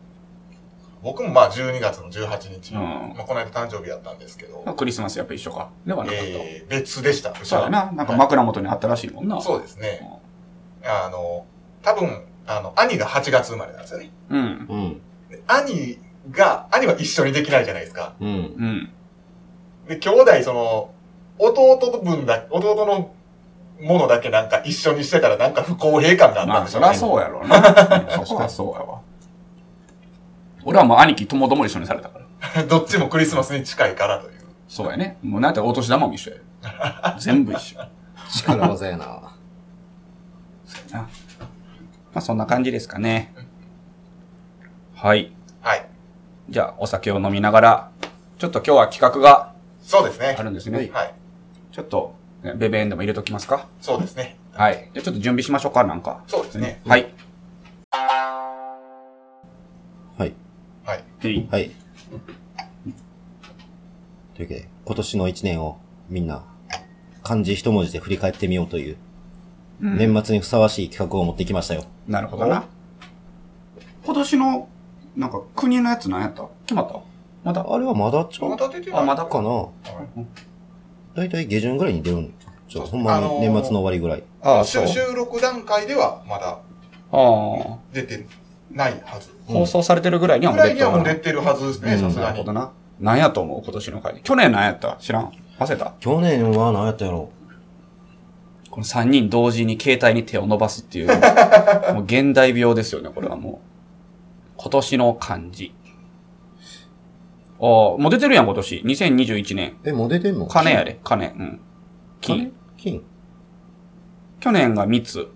[SPEAKER 1] 僕もまあ12月の18日、
[SPEAKER 2] うん
[SPEAKER 1] まあ、この間誕生日やったんですけど、
[SPEAKER 2] まあクリスマスやっぱ一緒か。ではなかった。
[SPEAKER 1] えー、別でした。
[SPEAKER 2] そうやな。なんか枕元にあったらしいもんな。
[SPEAKER 1] そうですね。あの、多分、あの、兄が8月生まれなんですよね。
[SPEAKER 2] うん。
[SPEAKER 3] うん。
[SPEAKER 1] で兄が、兄は一緒にできないじゃないですか。
[SPEAKER 3] うん。
[SPEAKER 2] うん。
[SPEAKER 1] で、兄弟、その、弟の分だ、弟のものだけなんか一緒にしてたらなんか不公平感があっ
[SPEAKER 2] ま
[SPEAKER 1] たん
[SPEAKER 2] あ、
[SPEAKER 1] でしょ
[SPEAKER 2] そう
[SPEAKER 1] ね。
[SPEAKER 2] りゃそうやろうな。うんそこはそうやわ。俺はもう兄貴ともとも一緒にされたから。
[SPEAKER 1] どっちもクリスマスに近いからという。
[SPEAKER 2] そうやね。もうなんやったらお年玉も一緒や。全部一緒。
[SPEAKER 3] 力技やな。
[SPEAKER 2] そうやな。まあそんな感じですかね。はい。
[SPEAKER 1] はい。
[SPEAKER 2] じゃあお酒を飲みながら、ちょっと今日は企画が
[SPEAKER 1] そうですね
[SPEAKER 2] あ。るんですね。
[SPEAKER 1] はい。
[SPEAKER 2] ちょっと、ねベベンでも入れときますか。
[SPEAKER 1] そうですね。
[SPEAKER 2] はい。じゃあちょっと準備しましょうか、なんか。
[SPEAKER 1] そうですね。
[SPEAKER 2] はい。
[SPEAKER 3] はい。
[SPEAKER 1] はい。
[SPEAKER 2] はい。
[SPEAKER 3] はい。というわけで、今年の1年をみんな、漢字一文字で振り返ってみようという、
[SPEAKER 2] うん
[SPEAKER 3] 年末にふさわしい企画を持ってきましたよ。
[SPEAKER 2] なるほどな。今年の、なんか国のやつ何やった決まったまだ
[SPEAKER 3] あれはまだちょ
[SPEAKER 1] ま
[SPEAKER 3] うか
[SPEAKER 1] た出てない
[SPEAKER 2] あまだ
[SPEAKER 3] なだいたい下旬ぐらいに出るんちょ、
[SPEAKER 1] そう
[SPEAKER 3] ほんま
[SPEAKER 1] あの
[SPEAKER 3] に
[SPEAKER 1] ー
[SPEAKER 3] 年末の終わりぐらい。
[SPEAKER 2] あ
[SPEAKER 1] 収収録段階ではまだ
[SPEAKER 2] ああ。
[SPEAKER 1] 出てないはず。
[SPEAKER 2] 放送されてるぐらいには
[SPEAKER 1] ぐ
[SPEAKER 2] も
[SPEAKER 1] ら
[SPEAKER 2] う出
[SPEAKER 1] い
[SPEAKER 2] て
[SPEAKER 1] にはもう出
[SPEAKER 2] て
[SPEAKER 1] てるはずですね、
[SPEAKER 3] うん
[SPEAKER 1] さす
[SPEAKER 2] な
[SPEAKER 1] が
[SPEAKER 2] るほ
[SPEAKER 1] に。
[SPEAKER 2] どな。何やと思う今年の回で。去年何やった知らん。忘れた
[SPEAKER 3] 去年は何やったやろ
[SPEAKER 2] この3人同時に携帯に手を伸ばすって いう、もう現代病ですよね、これはもう。今年の漢字。ああ、もう出てるやん、今年。2021年。
[SPEAKER 3] え、もう出てんの
[SPEAKER 2] 金やで、金。うん。金。
[SPEAKER 3] 金
[SPEAKER 2] 去年が3つ。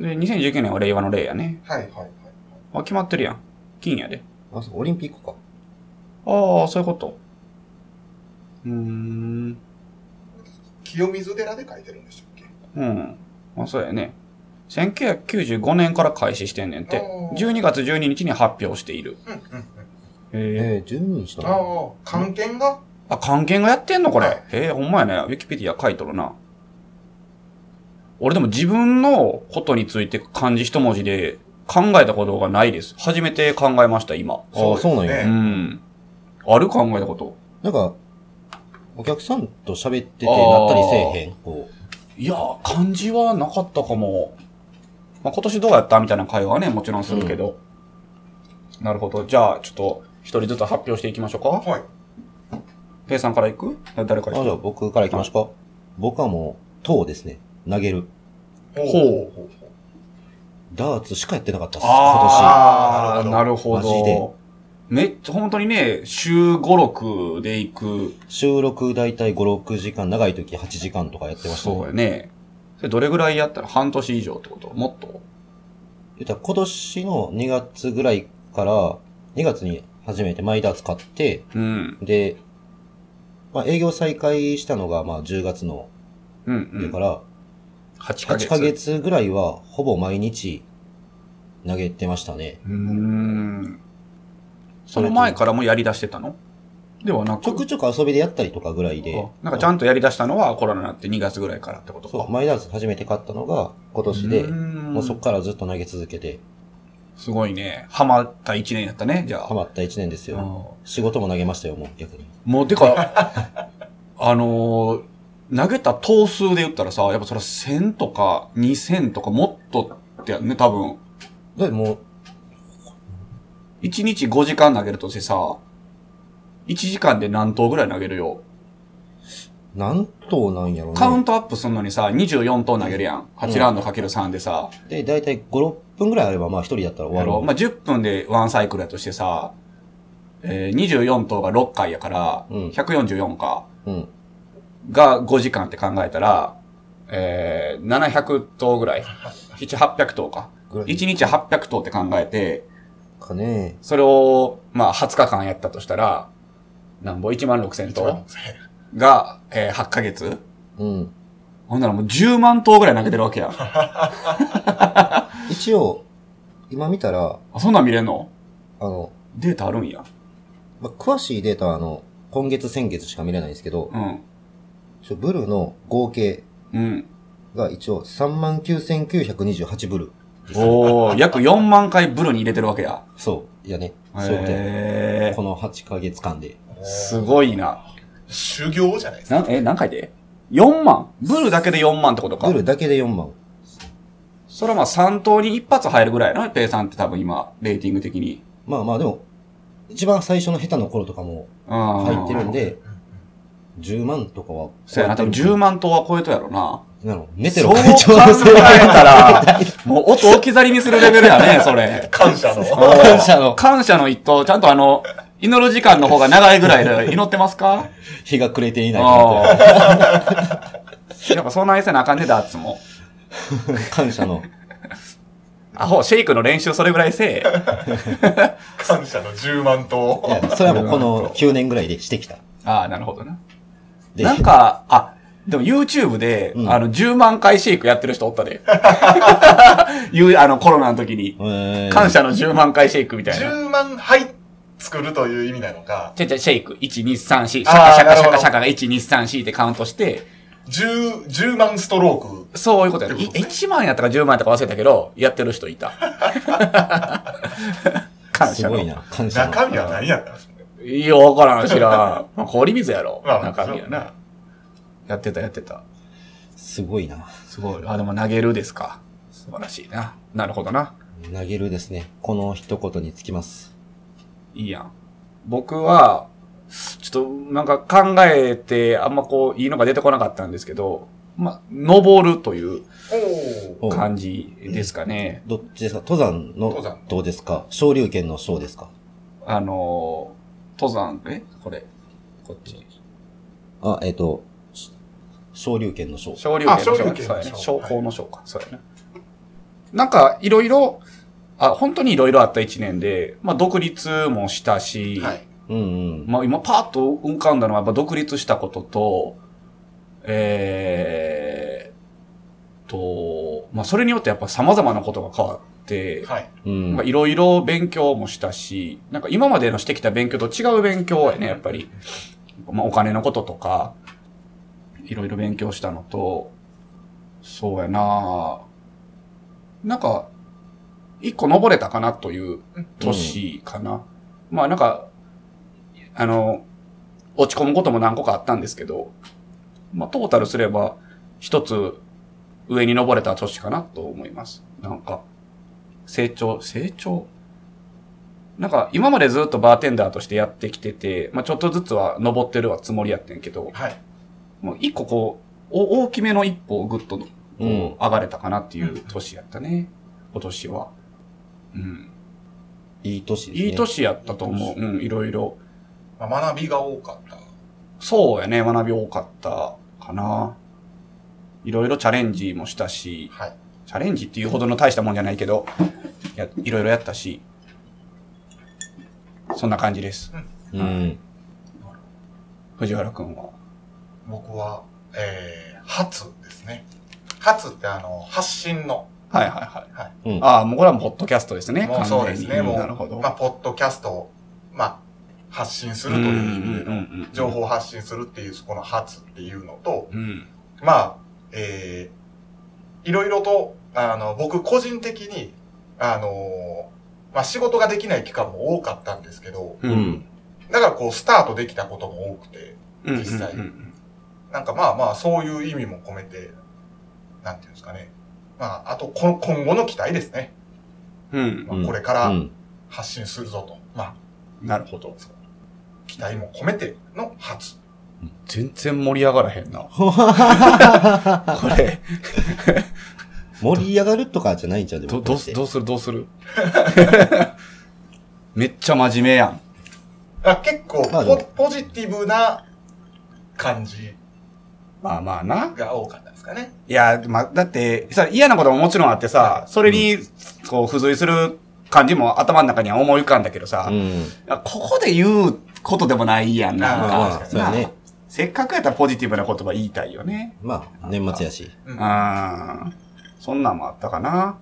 [SPEAKER 2] で、2019年は令和の令やね。
[SPEAKER 1] はいはいはい。
[SPEAKER 2] あ、決まってるやん。金やで。
[SPEAKER 3] あ、そうオリンピックか。
[SPEAKER 2] ああ、そういうこと。うーん。
[SPEAKER 1] 清水寺で書いてるんでしたっけ
[SPEAKER 2] うん。あ、そうやね。1995年から開始してんねんて
[SPEAKER 1] お。ー
[SPEAKER 2] 12月12日に発表している。
[SPEAKER 1] うんうんうん。
[SPEAKER 2] へえ。
[SPEAKER 3] えー、12日だな。
[SPEAKER 1] ああ、関係が
[SPEAKER 2] あ、関係がやってんのこれ。
[SPEAKER 1] はい
[SPEAKER 2] へえ、ほんまやね。ウィキペディア書いとるな。俺でも自分のことについて漢字一文字で考えたことがないです。初めて考えました、今。
[SPEAKER 3] あーそうなん
[SPEAKER 1] です
[SPEAKER 3] や
[SPEAKER 2] う
[SPEAKER 1] ね
[SPEAKER 2] ん。ある考えたこと。
[SPEAKER 3] なんか、お客さんと喋っててなったりせえへんこ
[SPEAKER 2] いやー、漢字はなかったかも。まあ、今年どうやったみたいな会話はね、もちろんするけど。なるほど。じゃあ、ちょっと、一人ずつ発表していきましょうか。
[SPEAKER 1] はい。
[SPEAKER 2] ペイさんから行くだ誰か
[SPEAKER 3] う。
[SPEAKER 2] ら
[SPEAKER 3] あ、じゃあ
[SPEAKER 2] 行く
[SPEAKER 3] 僕から行きましょうか。僕はもう、投ですね。投げる。
[SPEAKER 1] ほ
[SPEAKER 2] う
[SPEAKER 1] うほう。
[SPEAKER 3] ダーツしかやってなかったっす、今
[SPEAKER 2] あ
[SPEAKER 1] 今
[SPEAKER 2] ー、
[SPEAKER 1] 年
[SPEAKER 2] なるほ
[SPEAKER 3] マジで
[SPEAKER 2] ど。めっちゃ、本当にね、週5、6で行く。
[SPEAKER 3] 年。収録だいたい5、6時間、長い時8時間とかやってました、ね。
[SPEAKER 2] そうやね。それどれぐらいやったら半年以上ってこともっと
[SPEAKER 3] 言ったら今年の2月ぐらいから、2月に初めてマイダーツ買って、
[SPEAKER 2] うん。
[SPEAKER 3] で、まあ営業再開したのがまあ10月の、
[SPEAKER 2] うん、う
[SPEAKER 3] だ
[SPEAKER 2] ん
[SPEAKER 3] か。ら、
[SPEAKER 2] 8ヶ月。
[SPEAKER 3] 8ヶ月ぐらいはほぼ毎日投げてましたね。
[SPEAKER 2] うーん。その前からもやり出してたのではなく。
[SPEAKER 3] ちょくちょく遊びでやったりとかぐらいで
[SPEAKER 2] あ、なんかちゃんとやり出したのはコロナになって2月ぐらいからってこと
[SPEAKER 3] そう、
[SPEAKER 2] か。
[SPEAKER 3] マイダーツ初めて買ったのが今年
[SPEAKER 2] う
[SPEAKER 3] で
[SPEAKER 2] ー、ん
[SPEAKER 3] もうそっからずっと投げ続けて、
[SPEAKER 2] すごいね。ハマった1年やったね、じゃあ。
[SPEAKER 3] ハマった1年です
[SPEAKER 2] うん
[SPEAKER 3] よ。仕事も投げましたよ、もう逆に。
[SPEAKER 2] もう、てか、 あのー投げた投数で言ったらさ、やっぱそれは1000とか2000とかもっとってね、多分。
[SPEAKER 3] だってもう、
[SPEAKER 2] 1日5時間投げるとしてさ、 1時間で何頭ぐらい投げるよ。
[SPEAKER 3] 何頭なんやろうね。
[SPEAKER 2] カウントアップすんのにさ、24頭投げるやん。8ラウンドかける3でさ、
[SPEAKER 3] で、だいたい5、6分ぐらいあれば、まあ一人だったら終
[SPEAKER 2] や
[SPEAKER 3] わ
[SPEAKER 2] ろ
[SPEAKER 3] ろ
[SPEAKER 2] まあ、10分でワンサイクルやとしてさ、えー、24頭が6回やから、
[SPEAKER 3] うん
[SPEAKER 2] 144か、
[SPEAKER 3] う。うん。
[SPEAKER 2] が5時間って考えたら、えー、700頭 ぐらい。7、800頭か。
[SPEAKER 3] ぐらい
[SPEAKER 2] 1日800頭って考えて、
[SPEAKER 3] かね。
[SPEAKER 2] それを、まあ、20日間やったとしたら、なんぼ1万6000頭が、えー、8ヶ月
[SPEAKER 3] うん。
[SPEAKER 2] ほんならもう10万頭ぐらい投げてるわけや。
[SPEAKER 3] 一応、今見たら、
[SPEAKER 2] あ、そんなん見れんの
[SPEAKER 3] あの、
[SPEAKER 2] データあるんや。
[SPEAKER 3] まあ、詳しいデータはあの、今月先月しか見れないんですけど、
[SPEAKER 2] うん。
[SPEAKER 3] ちょブルの合計
[SPEAKER 2] うん。
[SPEAKER 3] が一応39,928ブル。
[SPEAKER 2] おー、約4万回ブルに入れてるわけや。
[SPEAKER 3] そう。いやね。そういうことや
[SPEAKER 2] へ
[SPEAKER 3] この8ヶ月間で。
[SPEAKER 2] ー。すごいな。
[SPEAKER 1] 修行じゃないですか。
[SPEAKER 2] なん、え、何回で ?4 万ブルだけで4万ってことか
[SPEAKER 3] ブ。ルだけで4万。
[SPEAKER 2] それはまあ3頭に一発入るぐらいやな、ペイさんって多分今、レーティング的に。
[SPEAKER 3] まあまあでも、一番最初の下手の頃とかも入
[SPEAKER 2] 入
[SPEAKER 3] ってるん。で、10万とかは。
[SPEAKER 2] そうやな、多分10万頭は超えとやろな。
[SPEAKER 3] なの。メテ
[SPEAKER 2] そ
[SPEAKER 3] ロ
[SPEAKER 2] う考
[SPEAKER 3] 会 長の
[SPEAKER 2] え
[SPEAKER 3] せい
[SPEAKER 2] た ら、もう音置き去りにするレベルやね、それ。
[SPEAKER 1] 感謝の。
[SPEAKER 3] 感謝の
[SPEAKER 2] 感謝の一投、ちゃんとあの、祈る時間の方が長いぐらいで祈ってますか
[SPEAKER 3] 日が暮れていない
[SPEAKER 2] あ
[SPEAKER 3] な
[SPEAKER 2] あ。やっぱそんな愛せなあかんねだ、っつも。
[SPEAKER 3] と。感謝の。
[SPEAKER 2] アホ、シェイクの練習それぐらいせえ。
[SPEAKER 1] 感謝の10万
[SPEAKER 3] い
[SPEAKER 1] 頭。
[SPEAKER 3] や、それはもうこの9年ぐらいでしてきた。
[SPEAKER 2] ああ、なるほどな。
[SPEAKER 3] で
[SPEAKER 2] なんか、あ、でも YouTube で、
[SPEAKER 3] うん
[SPEAKER 2] あの、10万回シェイクやってる人おったで。 いう、あの、コロナの時に。
[SPEAKER 3] えー
[SPEAKER 2] 感謝の10万回シェイクみたいな。
[SPEAKER 1] 10万杯作るという意味なのか、
[SPEAKER 2] ちゃちゃ、シェイク。1、2、3、4。シャカ
[SPEAKER 1] あー
[SPEAKER 2] シャ
[SPEAKER 1] な
[SPEAKER 2] カ
[SPEAKER 1] る
[SPEAKER 2] シ
[SPEAKER 1] ほ
[SPEAKER 2] ャカ
[SPEAKER 1] ど
[SPEAKER 2] シャカが1、2、3、4ってカウントして、
[SPEAKER 1] 10、10万ストローク。
[SPEAKER 2] そういうことやる。
[SPEAKER 1] って
[SPEAKER 2] い
[SPEAKER 1] ことです
[SPEAKER 2] 1万やったか10万やったか忘れたけど、やってる人いた。感謝
[SPEAKER 3] す
[SPEAKER 2] の。
[SPEAKER 3] ごいな。感謝の。
[SPEAKER 1] 中身は何やったんですかね
[SPEAKER 2] いや、わからん、知らん。まあ、氷水やろ。
[SPEAKER 1] まあ
[SPEAKER 2] 中身やな。やってた、やってた。
[SPEAKER 3] すごいな。
[SPEAKER 2] すごい。あ、でも投げるですか。素晴らしいな。なるほどな。
[SPEAKER 3] 投げるですね。この一言につきます。
[SPEAKER 2] いいやん。僕は、ちょっとなんか考えて、あんまこう、いいのが出てこなかったんですけど、まあ、登るという
[SPEAKER 1] お
[SPEAKER 3] お
[SPEAKER 2] 感じですかね。
[SPEAKER 3] どっちですか登山
[SPEAKER 1] 登
[SPEAKER 3] の
[SPEAKER 1] 山、
[SPEAKER 3] どうですか昇竜拳の昇ですか
[SPEAKER 2] あのー、登山、えこれ。こっち。
[SPEAKER 3] あ、えっ、と、し昇竜拳の昇。
[SPEAKER 2] 昇竜拳
[SPEAKER 1] あ
[SPEAKER 2] の
[SPEAKER 1] 昇竜拳
[SPEAKER 2] そ
[SPEAKER 1] の
[SPEAKER 2] うや
[SPEAKER 1] 昇
[SPEAKER 2] ね。昇降の昇か。そうやね。なんか、いろいろ、あ、本当にいろいろあった一年で、まあ、独立もしたし、
[SPEAKER 1] お。はい。
[SPEAKER 3] うんうん。
[SPEAKER 2] まあ、今パーッと浮かんだのは、やっぱ独立したことと、えー、と、まあ、それによってやっぱ様々なことが変わって、
[SPEAKER 1] はい。
[SPEAKER 3] うん。
[SPEAKER 2] まあいろいろ勉強もしたし、なんか今までのしてきた勉強と違う勉強やね、やっぱり。まあお金のこととか、いろいろ勉強したのと、そうやななんか、一個登れたかなという年かな。まあなんか、あの、落ち込むことも何個かあったんですけど、まあトータルすれば一つ上に登れた年かなと思います。なんか、成長、成長なんか、今までずっとバーテンダーとしてやってきてて、まあちょっとずつは登ってるはつもりやってんけど、
[SPEAKER 1] はい。
[SPEAKER 2] もう一個こう、お大きめの一歩をぐっとこう
[SPEAKER 3] うん
[SPEAKER 2] 上がれたかなっていう年やったね、今年は。うん。
[SPEAKER 3] いい年ですね。
[SPEAKER 2] いい年やったと思う。うん、いろいろ。
[SPEAKER 1] まあ、学びが多かった。
[SPEAKER 2] そうやね、学び多かったかな。いろいろチャレンジもしたし、
[SPEAKER 1] はい。
[SPEAKER 2] チャレンジっていうほどの大したもんじゃないけど、やいろいろやったし、そんな感じです。
[SPEAKER 3] うん。
[SPEAKER 2] 藤原くんは。
[SPEAKER 1] 僕は、えー、初ですね。初ってあの、発信の。
[SPEAKER 2] はいはいはい。
[SPEAKER 3] うん。
[SPEAKER 2] ああ、もうこれはもうポッドキャストですね。
[SPEAKER 1] もう
[SPEAKER 2] 完全に
[SPEAKER 1] そうですね。も
[SPEAKER 2] なるほ
[SPEAKER 1] う、
[SPEAKER 2] ど。
[SPEAKER 1] まあ、ポッドキャストを、まあ、発信す
[SPEAKER 2] う
[SPEAKER 1] る
[SPEAKER 2] ん
[SPEAKER 1] と
[SPEAKER 2] うんう
[SPEAKER 1] いう意味での、
[SPEAKER 2] ん
[SPEAKER 1] 情報を発信するっていう、そこの初っていうのと、
[SPEAKER 2] うん。うん。
[SPEAKER 1] まあ、えー、いろいろと、あの、僕個人的に、あのーまあ、仕事ができない期間も多かったんですけど、
[SPEAKER 2] うん。
[SPEAKER 1] だからこう、スタートできたことも多くて、
[SPEAKER 2] うんうん
[SPEAKER 1] 実際
[SPEAKER 2] うん
[SPEAKER 1] なんかまあまあ、そういう意味も込めて、なんていうんですかね。まあ、あと、この今後の期待ですね。
[SPEAKER 2] うん。
[SPEAKER 1] ま
[SPEAKER 3] うん
[SPEAKER 1] あ、これか
[SPEAKER 3] う
[SPEAKER 1] ら
[SPEAKER 3] ん
[SPEAKER 1] 発信するぞと。まあ、
[SPEAKER 2] なるほど。
[SPEAKER 1] 期待も込めての初。
[SPEAKER 2] 全然盛り上がら へんな。これ、
[SPEAKER 3] 盛り上がるとかじゃないんじゃん、で
[SPEAKER 2] ど、
[SPEAKER 3] も。
[SPEAKER 2] どうす、どうするどうする めっちゃ真面目やん。
[SPEAKER 1] あ結構
[SPEAKER 3] まあ
[SPEAKER 1] ポ
[SPEAKER 3] でも
[SPEAKER 1] ポジティブな感じ
[SPEAKER 2] まあまあな。
[SPEAKER 1] が多かったですかね。
[SPEAKER 2] いや、まあ、だって、さ、嫌なことももちろんあってさ、それに、こう、付随する感じも頭の中には思い浮かんだけどさ、
[SPEAKER 3] うん。
[SPEAKER 2] ここで言うことでもないやん、
[SPEAKER 1] まあ
[SPEAKER 2] なん
[SPEAKER 3] まあ
[SPEAKER 2] か。
[SPEAKER 3] まあ、そうや
[SPEAKER 2] な
[SPEAKER 3] ね。
[SPEAKER 2] せっかくやったらポジティブな言葉言いたいよね。
[SPEAKER 3] まあ、年末やし。
[SPEAKER 1] うん
[SPEAKER 2] うん。そんなんもあったかな。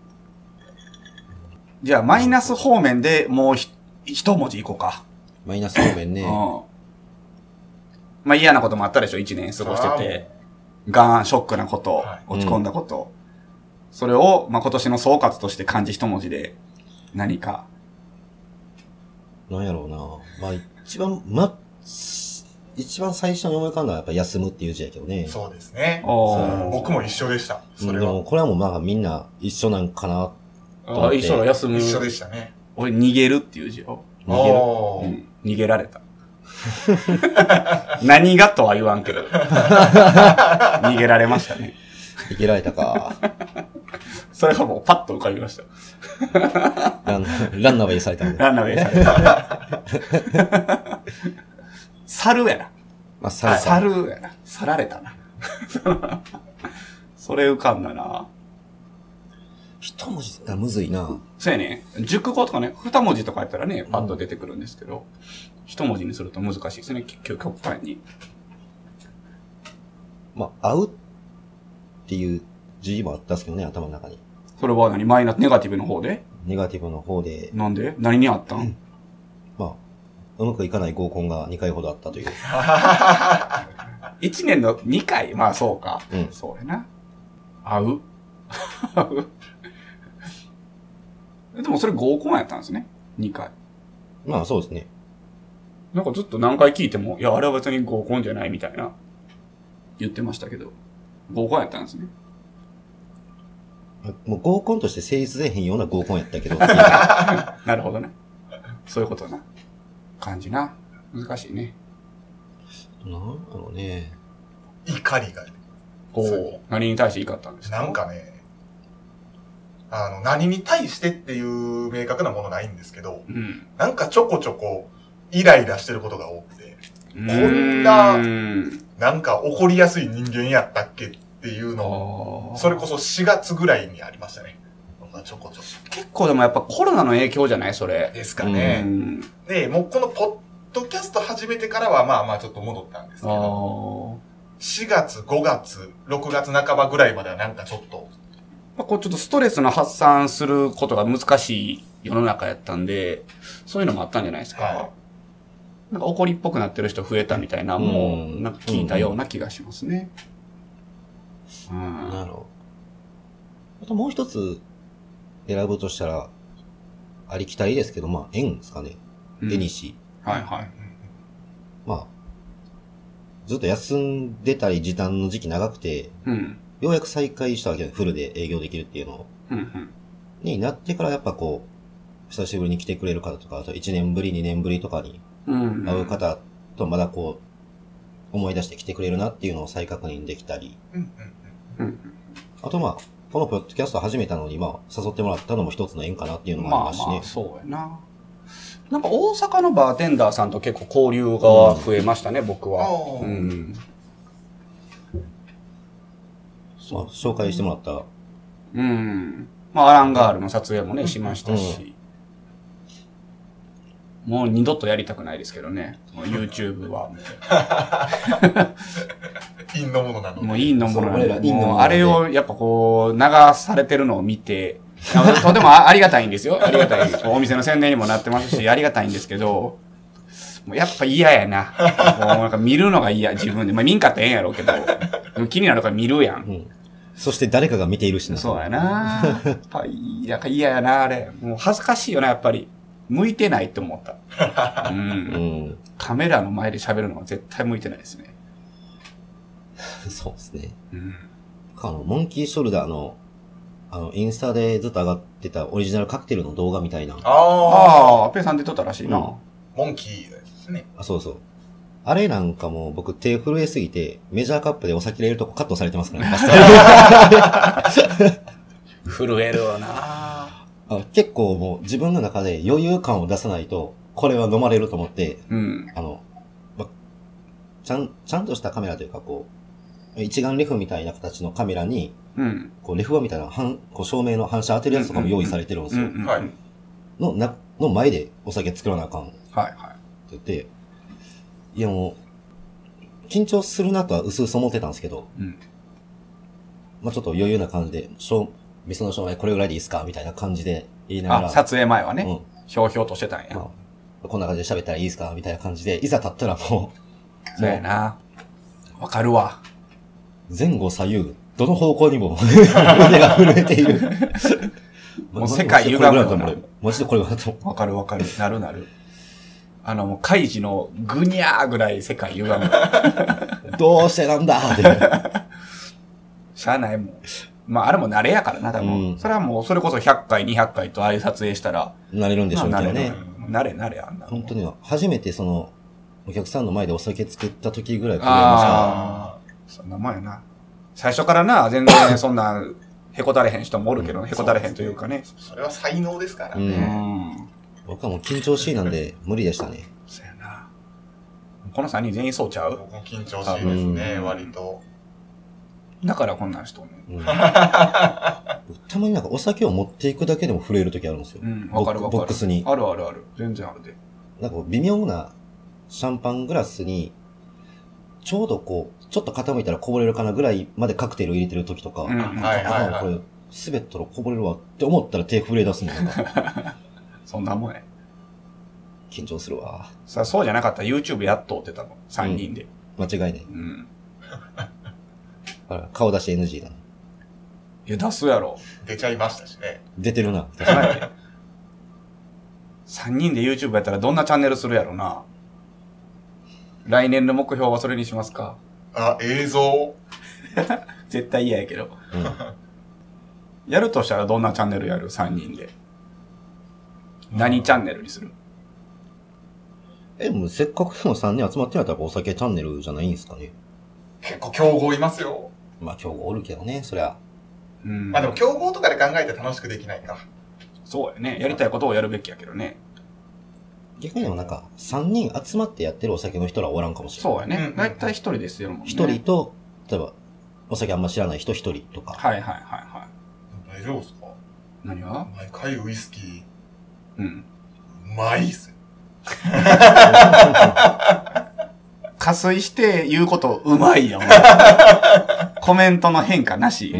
[SPEAKER 2] じゃあ、マイナス方面でもうひ一文字いこうか。
[SPEAKER 3] マイナス方面
[SPEAKER 2] うん
[SPEAKER 3] ね。。
[SPEAKER 2] まあ嫌なこともあったでしょ、一年過ごしてて。ガーン、ショックなこと、
[SPEAKER 1] はい
[SPEAKER 2] 落ち込んだこと。それを、まあ今年の総括として漢字一文字で何か。
[SPEAKER 3] なんやろうな。まあ、一番、ま、一番最初に思い浮かんだのはやっぱ休むっていう字やけどね。
[SPEAKER 1] そうですね。
[SPEAKER 2] お
[SPEAKER 1] そう僕も一緒でした。そ
[SPEAKER 3] うん
[SPEAKER 1] れ
[SPEAKER 3] で
[SPEAKER 1] は。
[SPEAKER 3] も、これはもうまあみんな一緒なんかな。
[SPEAKER 2] あ、一緒だ、休む。
[SPEAKER 1] 一緒でしたね。
[SPEAKER 2] 俺、逃げるっていう字を。
[SPEAKER 3] 逃げる。
[SPEAKER 1] おー
[SPEAKER 2] うん逃げられた。 何がとは言わんけど。 逃げられましたね。
[SPEAKER 3] 逃げられたか。
[SPEAKER 2] それがもうパッと浮かびました。
[SPEAKER 3] ラン、ランナーはイされたんで。
[SPEAKER 2] ランナーウェイされた。 猿や
[SPEAKER 3] まあ、サ
[SPEAKER 2] な。
[SPEAKER 3] ルサ。
[SPEAKER 2] 猿やな。去られたな。 それ浮かんだな。
[SPEAKER 3] 一文字がむずいな。
[SPEAKER 2] そうやね。熟語とかね、二文字とかやったらね、パッと出てくるんですけど、一文字にすると難しいですね、き極極端に。
[SPEAKER 3] まあ、会うっていう字もあったんですけどね、頭の中に。
[SPEAKER 2] それは何マイナス、ネガティブの方で
[SPEAKER 3] ネガティブの方で、
[SPEAKER 2] なんで何にあったん
[SPEAKER 3] まあ、うまくいかない合コンが2回ほどあったという。
[SPEAKER 2] 一年の2回まあそうか。
[SPEAKER 3] うん
[SPEAKER 2] そうやな。合う。 合う。 でもそれ合コンやったんですね。2回。
[SPEAKER 3] まあ、そうですね。
[SPEAKER 2] なんかずっと何回聞いても、いや、あれは別に合コンじゃないみたいな、言ってましたけど。合コンやったんですね。
[SPEAKER 3] もう合コンとして成立せえへんような合コンやっ たけど。
[SPEAKER 2] なるほどね。そういうことな。感じな。難しいね。
[SPEAKER 3] なんだろうね。
[SPEAKER 1] 怒りが。
[SPEAKER 2] こ、
[SPEAKER 1] そう
[SPEAKER 2] 何に対して怒ったんですか
[SPEAKER 1] なん。かね、あの、何に対してっていう明確なものないんですけど、
[SPEAKER 2] うん。
[SPEAKER 1] なんかちょこちょこイライラしてることが多くて、
[SPEAKER 2] こ
[SPEAKER 1] んな
[SPEAKER 2] うん。
[SPEAKER 1] なんか怒りやすい人間やったっけっていう
[SPEAKER 2] あ
[SPEAKER 1] のを、
[SPEAKER 2] ー
[SPEAKER 1] それこそ4月ぐらいにありましたね。なんかちょこちょこ。
[SPEAKER 2] 結構でもやっぱコロナの影響じゃないそれ。
[SPEAKER 1] ですか
[SPEAKER 2] う
[SPEAKER 1] ね。
[SPEAKER 2] ん。
[SPEAKER 1] で、もうこのポッドキャスト始めてからはまあまあちょっと戻ったんですけ
[SPEAKER 2] あ
[SPEAKER 1] ど、
[SPEAKER 2] ー
[SPEAKER 1] 4月、5月、6月半ばぐらいまではなんかちょっと、
[SPEAKER 2] まあ、こうちょっとストレスの発散することが難しい世の中やったんで、そういうのもあったんじゃないですか。
[SPEAKER 1] は
[SPEAKER 2] なんか怒りっぽくなってる人増えたみたいな、も
[SPEAKER 3] う
[SPEAKER 2] う、
[SPEAKER 3] ん
[SPEAKER 2] なんか聞いたような気がしますね。うん。
[SPEAKER 3] なんやろう。あともう一つ選ぶとしたら、ありきたりですけど、まあ、縁ですかね。
[SPEAKER 2] うん
[SPEAKER 3] デニシ。
[SPEAKER 2] はいはい。
[SPEAKER 3] まあ、ずっと休んでたり時短の時期長くて、
[SPEAKER 2] うん。
[SPEAKER 3] ようやく再開したわけで、フルで営業できるっていうのを。
[SPEAKER 2] うんうん。
[SPEAKER 3] になってからやっぱこう、久しぶりに来てくれる方とか、あと1年ぶり、2年ぶりとかに
[SPEAKER 2] うん。
[SPEAKER 3] 会う方とまだこう、思い出して来てくれるなっていうのを再確認できたり、
[SPEAKER 1] うんうん
[SPEAKER 2] うん。
[SPEAKER 3] あとまあ、このポッドキャスト始めたのに、まあ、誘ってもらったのも一つの縁かなっていうのもあり
[SPEAKER 2] まあ
[SPEAKER 3] ますし
[SPEAKER 2] ま
[SPEAKER 3] ね
[SPEAKER 2] あ、。そうやな。なんか大阪のバーテンダーさんと結構交流が増えましたね、僕は。
[SPEAKER 1] おー
[SPEAKER 2] うん。
[SPEAKER 3] まあ、紹介してもらった、
[SPEAKER 2] うん。まあ、アランガールの撮影もね、しましたし。もう二度とやりたくないですけどね。もう YouTube は。
[SPEAKER 1] 陰のものなので。
[SPEAKER 2] もういいのものなん
[SPEAKER 3] そう俺
[SPEAKER 2] で
[SPEAKER 3] らいいのもの
[SPEAKER 2] もうあれをやっぱこう、流されてるのを見て、とてもあありがたいんですよ。ありがたい。お店の宣伝にもなってますし、ありがたいんですけど、もうやっぱ嫌やな。もうなんか見るのが嫌、自分で。まあ見んかったらええんやろうけど、でも気になるから見るやん
[SPEAKER 3] う。ん。そして誰かが見ているしな。
[SPEAKER 2] そうやな。やっぱいいなんか嫌やな、あれ。もう恥ずかしいよな、やっぱり。向いてないって思った。う。
[SPEAKER 3] うんん。
[SPEAKER 2] カメラの前で喋るのは絶対向いてないですね。
[SPEAKER 3] そうですね。
[SPEAKER 2] うん。
[SPEAKER 3] あの、モンキーショルダーの、あの、インスタでずっと上がってたオリジナルカクテルの動画みたいな。
[SPEAKER 1] ああ、
[SPEAKER 2] ああ、ペイさん出とったらしいな。
[SPEAKER 3] うん
[SPEAKER 1] モンキー。ですね。
[SPEAKER 3] あ、そうそう。あれなんかもう僕手震えすぎて、メジャーカップでお酒入れるとこカットされてますからねマスタ
[SPEAKER 2] 震えるわな
[SPEAKER 3] ーあ。結構もう自分の中で余裕感を出さないと、これは飲まれると思って、
[SPEAKER 2] うん。
[SPEAKER 3] あの、ま、ちゃん、ちゃんとしたカメラというかこう、一眼レフみたいな形のカメラに、
[SPEAKER 2] うん。
[SPEAKER 3] こうレフはみたいな反、こう照明の反射当てるやつとかも用意されてるんです
[SPEAKER 2] うん
[SPEAKER 3] よ。
[SPEAKER 2] うん。
[SPEAKER 1] は
[SPEAKER 2] はいい。
[SPEAKER 3] の、な、の前でお酒作らなあかんって
[SPEAKER 2] は
[SPEAKER 3] 言って、いやもう、緊張するなとは薄々思ってたんですけど、
[SPEAKER 2] い。うん。
[SPEAKER 3] まあちょっと余裕な感じで、しょう、店の照明これぐらいでいいですかみたいな感じで言いながら、
[SPEAKER 2] あ、撮影前は
[SPEAKER 3] う
[SPEAKER 2] ね、
[SPEAKER 3] ん
[SPEAKER 2] ひょうひょうとしてたんや。
[SPEAKER 3] まあ、こんな感じで喋ったらいいですかみたいな感じで、いざ立ったらも
[SPEAKER 2] そうやな。わかるわ。
[SPEAKER 3] う、前後左右、どの方向にも、 腕が震えている。
[SPEAKER 2] もう世界歪むよな
[SPEAKER 3] マジでこれぐらいだと思う。マジでこれぐらいだと思う。
[SPEAKER 2] わかるわかる。なるなる。あの、もう、カイジのぐにゃーぐらい世界歪む。
[SPEAKER 3] どうしてなんだって。
[SPEAKER 2] しゃあないもん。まあ、あれも慣れやからな、多分。
[SPEAKER 3] うん
[SPEAKER 2] それはもう、それこそ100回、200回とああいう撮影したら、
[SPEAKER 3] なれるんでしょうみ
[SPEAKER 2] まあ
[SPEAKER 3] たい
[SPEAKER 2] 慣
[SPEAKER 3] な
[SPEAKER 2] れ
[SPEAKER 3] ね
[SPEAKER 2] る。。慣れ慣れ、あんなの
[SPEAKER 3] 本当に初めてその、お客さんの前でお酒作った時ぐらい震えましたね。
[SPEAKER 2] ああ、そんなもんやな。最初からな、全 然そんな、へこたれへん人もおるけどね、へこたれへんというかね。
[SPEAKER 1] それは才能ですから
[SPEAKER 3] う
[SPEAKER 2] う
[SPEAKER 1] ね。
[SPEAKER 3] ん
[SPEAKER 2] ん。
[SPEAKER 3] 僕はもう緊張しいなんで無理でしたね。
[SPEAKER 2] そうやな。この3人全員そうちゃう
[SPEAKER 1] 僕も緊張しいですね、
[SPEAKER 2] うん
[SPEAKER 1] 割と。
[SPEAKER 2] だからこんなんしとんねん。
[SPEAKER 3] うんたまになんかお酒を持っていくだけでも震える時あるんですよ
[SPEAKER 2] う。ん、わかるわかる。
[SPEAKER 3] ボックボックスに
[SPEAKER 2] あるあるある。全然あるで。
[SPEAKER 3] なんか微妙なシャンパングラスに、ちょうどこう、ちょっと傾いたらこぼれるかなぐらいまでカクテルを入れてる時とか、
[SPEAKER 2] うん。
[SPEAKER 1] はいはい
[SPEAKER 3] あこれ滑ったらこぼれるわって思ったら手震え出すのなんか
[SPEAKER 2] そんなもんや。
[SPEAKER 3] 緊張するわ。
[SPEAKER 2] さあ、そうじゃなかったら YouTube やっとってたもん。3人で。
[SPEAKER 3] 間違いない。
[SPEAKER 2] うん。
[SPEAKER 3] あら顔出し NG だな。
[SPEAKER 2] いや、出すやろ。
[SPEAKER 1] 出ちゃいましたしね。
[SPEAKER 3] 出てるな。
[SPEAKER 2] 出さないで。3人で YouTube やったらどんなチャンネルするやろな。来年の目標はそれにしますか
[SPEAKER 1] あ、映像
[SPEAKER 2] 絶対嫌やけど。
[SPEAKER 3] うん
[SPEAKER 2] やるとしたらどんなチャンネルやる ?3 人で。何チャンネルにする
[SPEAKER 3] え、もうせっかくでも3人集まってるんやったらお酒チャンネルじゃないんですかね。
[SPEAKER 1] 結構競合いますよ。
[SPEAKER 3] まあ今日おるけどね、そりゃ。
[SPEAKER 2] うん。
[SPEAKER 1] まあでも競合とかで考えて楽しくできないか。
[SPEAKER 2] そうやね。やりたいことをやるべきやけどね。
[SPEAKER 3] 逆にでもなんか、3人集まってやってるお酒の人らはおらんかもしれない。
[SPEAKER 2] そうや
[SPEAKER 1] うんう
[SPEAKER 2] ね
[SPEAKER 1] ん。
[SPEAKER 2] だいたい一人ですよ、もんね。
[SPEAKER 3] 一人。と、例えば、お酒あんま知らない人一人とか。
[SPEAKER 2] はいはいはいはい。
[SPEAKER 1] 大丈夫ですか
[SPEAKER 2] 何は
[SPEAKER 1] 毎回ウイスキー、
[SPEAKER 2] うん。
[SPEAKER 1] うまいっすよ。
[SPEAKER 2] 加水して言うことうまいよ。コメントの変化なし。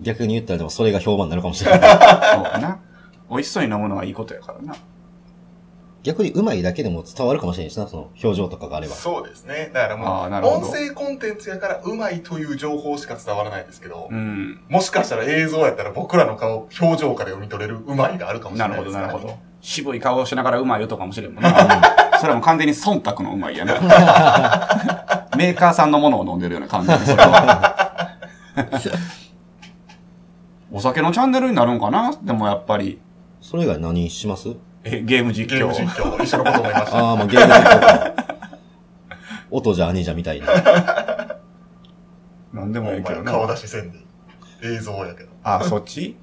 [SPEAKER 3] 逆に言ったらでもそれが評判になるかもし れない。
[SPEAKER 2] そうかな。美味しそうに飲むのはいいことやからな。
[SPEAKER 3] 逆にうまいだけでも伝わるかもしれないしな、その表情とかがあ れば。
[SPEAKER 1] そうですね。だからも
[SPEAKER 2] ああ、な
[SPEAKER 1] う、
[SPEAKER 2] るほど。
[SPEAKER 1] 音声コンテンツやからうまいという情報しか伝わらないですけど、
[SPEAKER 2] うん。
[SPEAKER 1] もしかしたら映像やったら僕らの顔、表情から読み取れるうまいがあるかもしれ
[SPEAKER 2] なる
[SPEAKER 1] ないで
[SPEAKER 2] ほど、
[SPEAKER 1] すか
[SPEAKER 2] な
[SPEAKER 1] ら、
[SPEAKER 2] る
[SPEAKER 1] ね。
[SPEAKER 2] ほど。渋い顔をしながらうまいよとかもしれんもんな。それはもう完全に忖度のうまいや な。メーカーさんのものを飲んでるような感じで、それは。お酒のチャンネルになるんかなでもやっぱり、
[SPEAKER 3] それ以外何します
[SPEAKER 2] えゲーム実
[SPEAKER 1] ゲー
[SPEAKER 2] 況
[SPEAKER 1] ム。実況、一緒のこと思いました。
[SPEAKER 3] ああ、まあゲームとか。音じゃ兄じゃみたいな。
[SPEAKER 2] なんでもいいけど
[SPEAKER 1] お前顔
[SPEAKER 2] な。
[SPEAKER 1] 出しせんでいい。映像やけど。
[SPEAKER 2] あ、そっち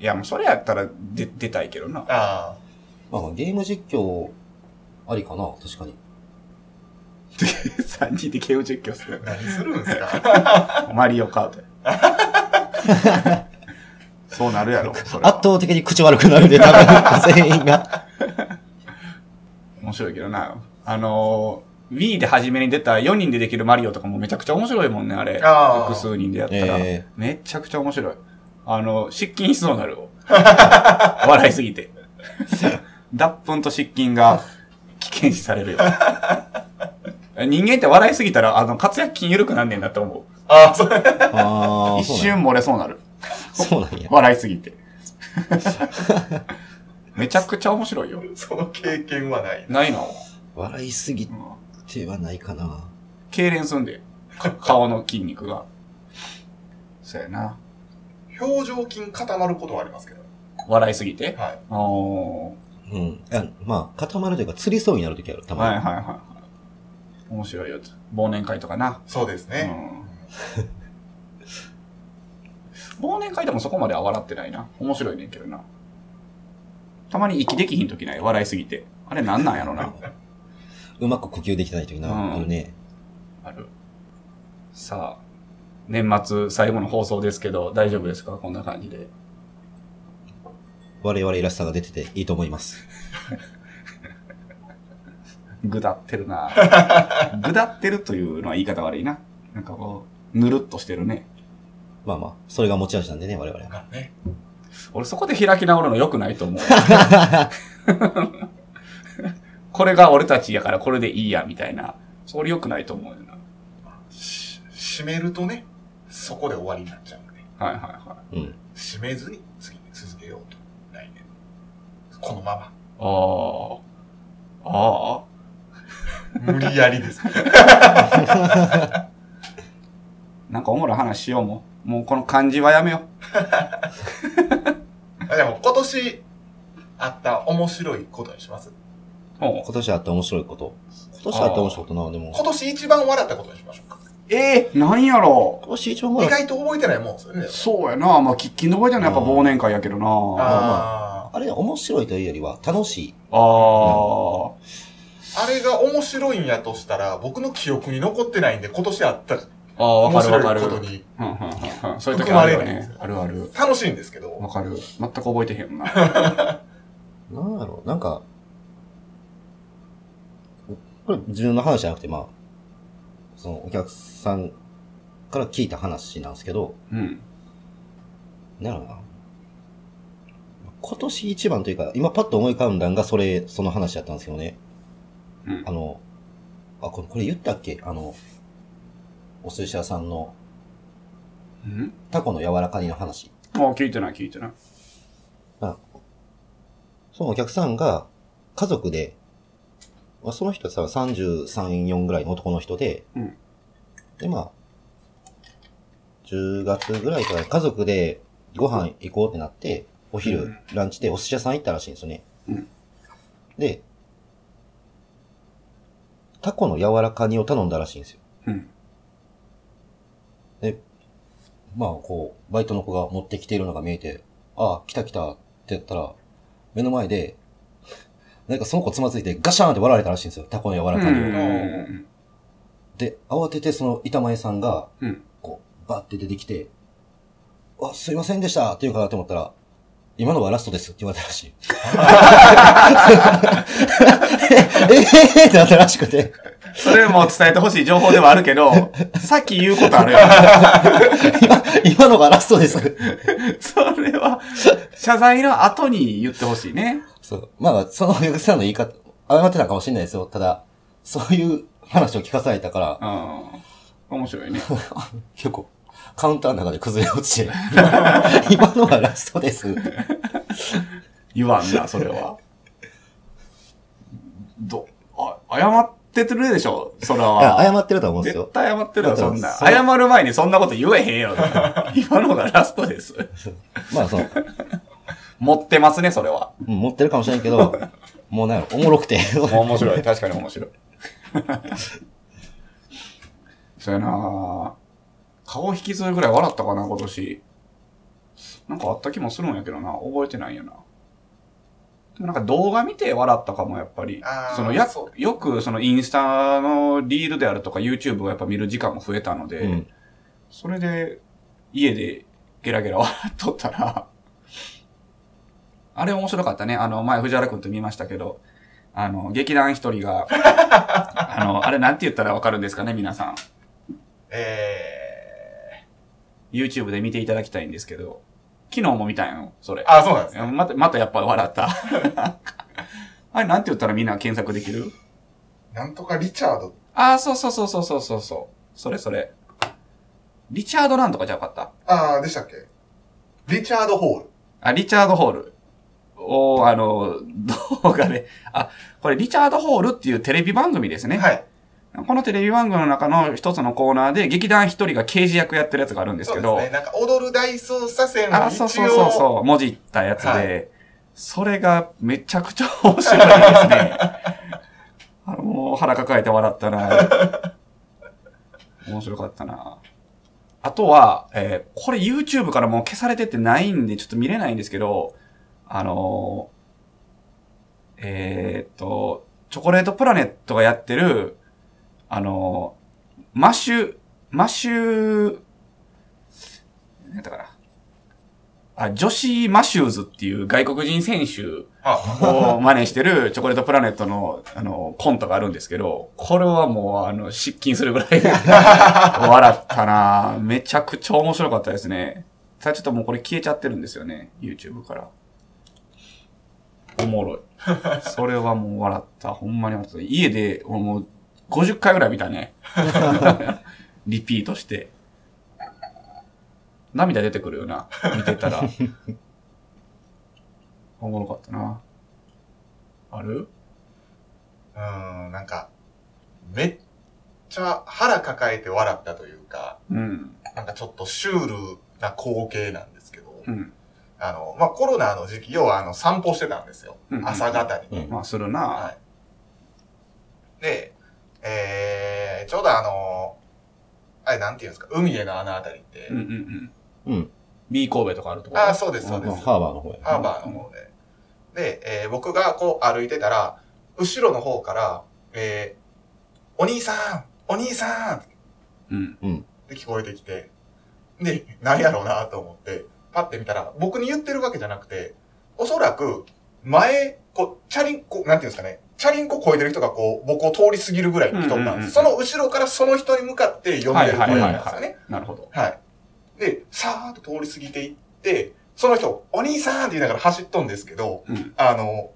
[SPEAKER 2] いや、もうそれやったら出、出たいけど な。
[SPEAKER 1] あ
[SPEAKER 3] まあまあゲーム実況、ありかな、確かに。
[SPEAKER 2] 3人でゲーム実況する
[SPEAKER 1] あ、。何するんです か
[SPEAKER 2] マリオカートや。 そうなるやろ、それは
[SPEAKER 3] 圧倒的に口悪くなるで、多分、全員が。
[SPEAKER 2] 面白いけどな。あのー、Wii で初めに出た4人でできるマリオとかもめちゃくちゃ面白いもんね、あれ。
[SPEAKER 1] あー
[SPEAKER 2] 複数人でやったら。
[SPEAKER 3] え
[SPEAKER 2] めちゃくちゃ面白い。あの、失禁しそうになる。 笑いすぎて。脱粉と失禁が危険視されるよ。人間って笑いすぎたら、あの、活躍筋緩くなんねんなって思
[SPEAKER 1] ああ、それ。
[SPEAKER 3] えあ
[SPEAKER 2] う。
[SPEAKER 3] あ、
[SPEAKER 2] 一瞬漏れそうなる。
[SPEAKER 3] そうなんや。そうなんや。
[SPEAKER 2] 笑いすぎ て。めちゃくちゃ面白いよ。
[SPEAKER 1] その経験はない。
[SPEAKER 2] ないの
[SPEAKER 3] 笑いすぎ
[SPEAKER 2] うん
[SPEAKER 3] てはないかな。
[SPEAKER 2] 痙攣すんで。 か顔の筋肉が。そうやな。
[SPEAKER 1] 表情筋固まることはありますけど。
[SPEAKER 2] 笑いすぎて。
[SPEAKER 1] はい。
[SPEAKER 2] あー
[SPEAKER 3] うん。あまあ、固まるというか、釣りそうになるときある、たま
[SPEAKER 2] はい
[SPEAKER 3] に。
[SPEAKER 2] はいはいはい。面白いやつ。忘年会とかな。
[SPEAKER 1] そうです
[SPEAKER 2] う
[SPEAKER 1] ね。
[SPEAKER 2] ん。忘年会でもそこまでは笑ってないな。面白いねんけどな。たまに息できひんときない。笑いすぎて。あれなんなんやろな。
[SPEAKER 3] うまく呼吸できてないとき
[SPEAKER 2] う
[SPEAKER 3] な、
[SPEAKER 2] ん
[SPEAKER 3] あのね。
[SPEAKER 2] ある。さあ、年末最後の放送ですけど、大丈夫ですかこんな感じで。
[SPEAKER 3] 我々らしさが出てていいと思います。
[SPEAKER 2] ぐだってる なぐだってるというのは言い方悪いな。なんかこう、ぬるっとしてるね。
[SPEAKER 3] まあまあ、それが持ち味なんでね、我々は。
[SPEAKER 1] なんかね。
[SPEAKER 2] 俺そこで開き直るの良くないと 思う。これが俺たちやからこれでいいや、みたいな。それ良くないと思うよな。
[SPEAKER 1] し締めるとね、そこで終わりになっちゃうんで。
[SPEAKER 2] はいはいはい。
[SPEAKER 3] うん。
[SPEAKER 1] 締めずに次に続けようと。来年。このまま。
[SPEAKER 2] ああ。ああ。
[SPEAKER 1] 無理やりです。
[SPEAKER 2] なんかおもろい話しようもん。もうこの感じはやめよ
[SPEAKER 1] あでも今年あった面白いことにします。
[SPEAKER 2] う。おう
[SPEAKER 3] 今年あった面白いこと。今年あった面白いことな、でも。
[SPEAKER 1] 今年一番笑ったことにしましょうか。
[SPEAKER 2] ええ何やろ
[SPEAKER 3] 今年一番
[SPEAKER 1] 意
[SPEAKER 3] 笑っ
[SPEAKER 1] 外と覚えてないもんですよね
[SPEAKER 2] う。。そうやな。まあ、喫緊の覚えてるのはやっぱ忘年会やけどな。あ
[SPEAKER 1] あ
[SPEAKER 3] あれ、面白いというよりは、楽しい。
[SPEAKER 2] あー。
[SPEAKER 1] あ。あれが面白いんやとしたら、僕の記憶に残ってないんで、今年あった
[SPEAKER 2] ああ、わ
[SPEAKER 1] 面
[SPEAKER 2] かるわ
[SPEAKER 1] 白い
[SPEAKER 2] かる。
[SPEAKER 1] ことに
[SPEAKER 2] うんうんうんうんそういう時あるよね。あるある。
[SPEAKER 1] 楽しいんですけ
[SPEAKER 2] わ
[SPEAKER 1] ど、
[SPEAKER 2] かる。全く覚えてへんよな。
[SPEAKER 3] なんだろう、なんか、これ自分の話じゃなくて、まあ、そのお客さんから聞いた話なんですけど、
[SPEAKER 2] うん。
[SPEAKER 3] なんだろうな。今年一番というか、今パッと思い浮かんだんが、それ、その話だったんですけどね。
[SPEAKER 2] うん
[SPEAKER 3] あ。の、あ、これ、これ言ったっけあの、お寿司屋さんの
[SPEAKER 2] うん
[SPEAKER 3] タコの柔らか煮の話。
[SPEAKER 2] ああ、聞いてない聞いてない。
[SPEAKER 3] そのお客さんが、家族で、まあ、その人さ、33、4ぐらいの男の人で、
[SPEAKER 2] うん
[SPEAKER 3] で、まあ、10月ぐらいから家族でご飯行こうってなって、お昼、
[SPEAKER 2] うん
[SPEAKER 3] ランチでお寿司屋さん行ったらしいんですよね。
[SPEAKER 2] うん
[SPEAKER 3] で、タコの柔らか煮を頼んだらしいんですよ。
[SPEAKER 2] うん。
[SPEAKER 3] で、まあ、こう、バイトの子が持ってきているのが見えて、ああ、来た来たって言ったら、目の前で、なんかその子つまずいてガシャーンって割られたらしいんですよ。タコの柔
[SPEAKER 2] う
[SPEAKER 3] ら
[SPEAKER 2] ん
[SPEAKER 3] か
[SPEAKER 2] う
[SPEAKER 3] にを。
[SPEAKER 2] ん
[SPEAKER 3] で、慌ててその板前さんが、
[SPEAKER 2] うん
[SPEAKER 3] こう、バッて出てきて、あ、すいませんでしたって言うかなと思ったら、今のはラストですって言われたらしい。え、えー、ってなったらしくて。
[SPEAKER 2] それも伝えてほしい情報ではあるけ ど、さっき言うことあるよ。
[SPEAKER 3] 今、今のがラストです。
[SPEAKER 2] それは、謝罪の後に言ってほしいね。
[SPEAKER 3] そう。まあ、そのお客さんの言い方、誤ってたかもしれないですよ。ただ、そういう話を聞かされたか
[SPEAKER 2] う
[SPEAKER 3] ら、
[SPEAKER 2] ん。面白いね。
[SPEAKER 3] 結構、カウンターの中で崩れ落ちて、 今のはラストです。
[SPEAKER 2] 言わんな、それは。ど、あ、謝っててるでしょ、それ
[SPEAKER 3] いや
[SPEAKER 2] は。
[SPEAKER 3] 謝ってると思うんです
[SPEAKER 2] 絶
[SPEAKER 3] よ。
[SPEAKER 2] 対謝ってるよ、そんな。
[SPEAKER 3] だから
[SPEAKER 2] 謝る前にそんなこと言えへんよ。今のがラストです。
[SPEAKER 3] まあ、その、
[SPEAKER 2] 持ってますね、それは。
[SPEAKER 3] うん持ってるかもしれんけど、もうなんやろ、おもろくて。
[SPEAKER 2] 面白い。確かに面白い。 そうやなぁ顔引きずるぐらい笑ったかな、今年。なんかあった気もするんやけどな。覚えてないよな。でもなんか動画見て笑ったかも、やっぱり
[SPEAKER 1] あ。ー
[SPEAKER 2] そのや
[SPEAKER 1] そ
[SPEAKER 2] よくそのインスタのリールであるとか YouTube をやっぱ見る時間も増えたので、
[SPEAKER 3] うん。
[SPEAKER 2] それで家でゲラゲラ 笑っとったら、あれ面白かったね。あの、前藤原くんと見ましたけど、あの、劇団一人が、 あの、あれなんて言ったらわかるんですかね、皆さん。
[SPEAKER 1] え
[SPEAKER 2] YouTube で見ていただきたいんですけど、昨日も見たんよ、それ
[SPEAKER 1] ー、。あ、そうなんですね。
[SPEAKER 2] また、またやっぱ笑った。 あれなんて言ったらみんな検索できる
[SPEAKER 1] なんとかリチャード。
[SPEAKER 2] ああ、そうそうそうそうそうそうそう。それそれ。リチャードなんとかじゃなかった
[SPEAKER 1] あー、でしたっけリチャードホール。
[SPEAKER 2] あ、リチャード・ホールを、あの、 動画で、あ、これリチャード・ホールっていうテレビ番組ですね。
[SPEAKER 1] はい。
[SPEAKER 2] このテレビ番組の中の一つのコーナーで、劇団一人が刑事役やってるやつがあるんです
[SPEAKER 1] そう
[SPEAKER 2] け
[SPEAKER 1] で
[SPEAKER 2] ど、
[SPEAKER 1] すね。なんか踊る大捜査線を
[SPEAKER 2] あ、
[SPEAKER 1] 一応
[SPEAKER 2] そうそうそうそう、文字ったやつで、
[SPEAKER 1] は
[SPEAKER 2] それがめちゃくちゃ面白いですね。あの、もう腹抱えて笑ったな。面白かったな。あとは、えーこれ YouTube からもう消されてってないんで、ちょっと見れないんですけど、あのーえーっと、チョコレートプラネットがやってる、あのーマシュ、マシュ、何やったかな。あ、女子マシューズっていう外国人選手
[SPEAKER 1] あ、
[SPEAKER 2] を真似してるチョコレートプラネットの、あの、コントがあるんですけど、これはもう、あの、失禁するぐらい 笑ったなぁめちゃくちゃ面白かったですね。ただちょっともうこれ消えちゃってるんですよね、YouTube から。おもろい。それはもう笑った。ほんまに笑った。家で、もう、50回ぐらい見たね。 リピートして。涙出てくるよな。見てたら。おもろかったな。ある
[SPEAKER 1] うん、なんか、めっちゃ腹抱えて笑ったというか、
[SPEAKER 2] うん。
[SPEAKER 1] なんかちょっとシュールな光景なんですけど、
[SPEAKER 2] うん。
[SPEAKER 1] あの、まあ、コロナの時期、要はあの、散歩してたんですよ
[SPEAKER 2] うんう。ん
[SPEAKER 1] 朝方に。
[SPEAKER 3] うん
[SPEAKER 2] まあ、するな。
[SPEAKER 1] はい。で、えー、ちょうどあの、あれなんていうんですか、海へのあのあたりって、
[SPEAKER 2] うんうん
[SPEAKER 3] う
[SPEAKER 2] うん。
[SPEAKER 3] ん。
[SPEAKER 2] B 神戸とかあるとこ
[SPEAKER 1] ああ、そうです、そうで
[SPEAKER 3] まあ
[SPEAKER 1] す。
[SPEAKER 3] ハーバーの方やね。
[SPEAKER 1] ハーバーの方で。で、えー僕がこう歩いてたら、後ろの方から、えー、お兄さんお兄さんっ
[SPEAKER 2] うん。
[SPEAKER 1] て聞こえてきて、で、何やろうなと思って、パッて見たら、僕に言ってるわけじゃなくて、おそらく、前、こう、チャリンコ、なんていうんですかね、チャリンコ超えてる人がこう、僕を通り過ぎるぐらいの人なん
[SPEAKER 2] うんうん
[SPEAKER 1] で
[SPEAKER 2] うん
[SPEAKER 1] す。その後ろからその人に向かって呼んでる声なんですよね。
[SPEAKER 2] なるほど。
[SPEAKER 1] はい。で、さーっと通り過ぎていって、その人、お兄さんって言いながら走っとんですけど、
[SPEAKER 2] うん。
[SPEAKER 1] あの、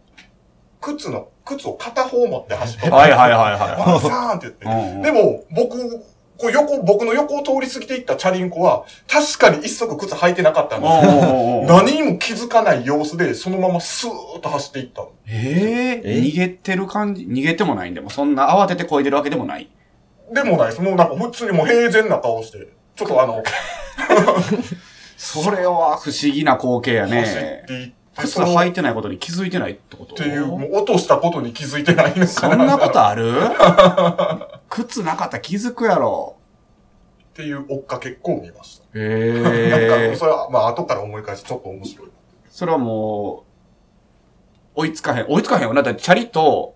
[SPEAKER 1] 靴の、靴を片方持って走って、
[SPEAKER 2] はいはいはい
[SPEAKER 1] お
[SPEAKER 2] は
[SPEAKER 1] 兄さんって
[SPEAKER 2] い
[SPEAKER 1] 言っ
[SPEAKER 2] うんうん。
[SPEAKER 1] て。でも、僕、こう横、僕の横を通り過ぎていったチャリンコは、確かに一足靴履いてなかったんですよ。
[SPEAKER 2] おうおうお うおう
[SPEAKER 1] 何にも気づかない様子で、そのままスーッと走っていったの。
[SPEAKER 2] ええ
[SPEAKER 3] え
[SPEAKER 2] 逃げてる感じ逃げてもないんでも、そんな慌ててこいでるわけでもない。
[SPEAKER 1] でもないです。もうなんか普通にもう平然な顔して、ちょっとあの、
[SPEAKER 2] それは不思議な光景や
[SPEAKER 1] 走
[SPEAKER 2] ね
[SPEAKER 1] っ。ていって、
[SPEAKER 2] 靴
[SPEAKER 1] その
[SPEAKER 2] 履いてないことに気づいてないってこと
[SPEAKER 1] っていう、もう落としたことに気づいてないのか
[SPEAKER 2] そんなことあ る靴なかったら気づくやろ。
[SPEAKER 1] っていう追っかけっこを見ました。なん
[SPEAKER 2] え
[SPEAKER 1] か、それは、まあ、後から思い返すとちょっと面白い。
[SPEAKER 2] それはもう、追いつかへん。追いつかへんよな。だってチャリと、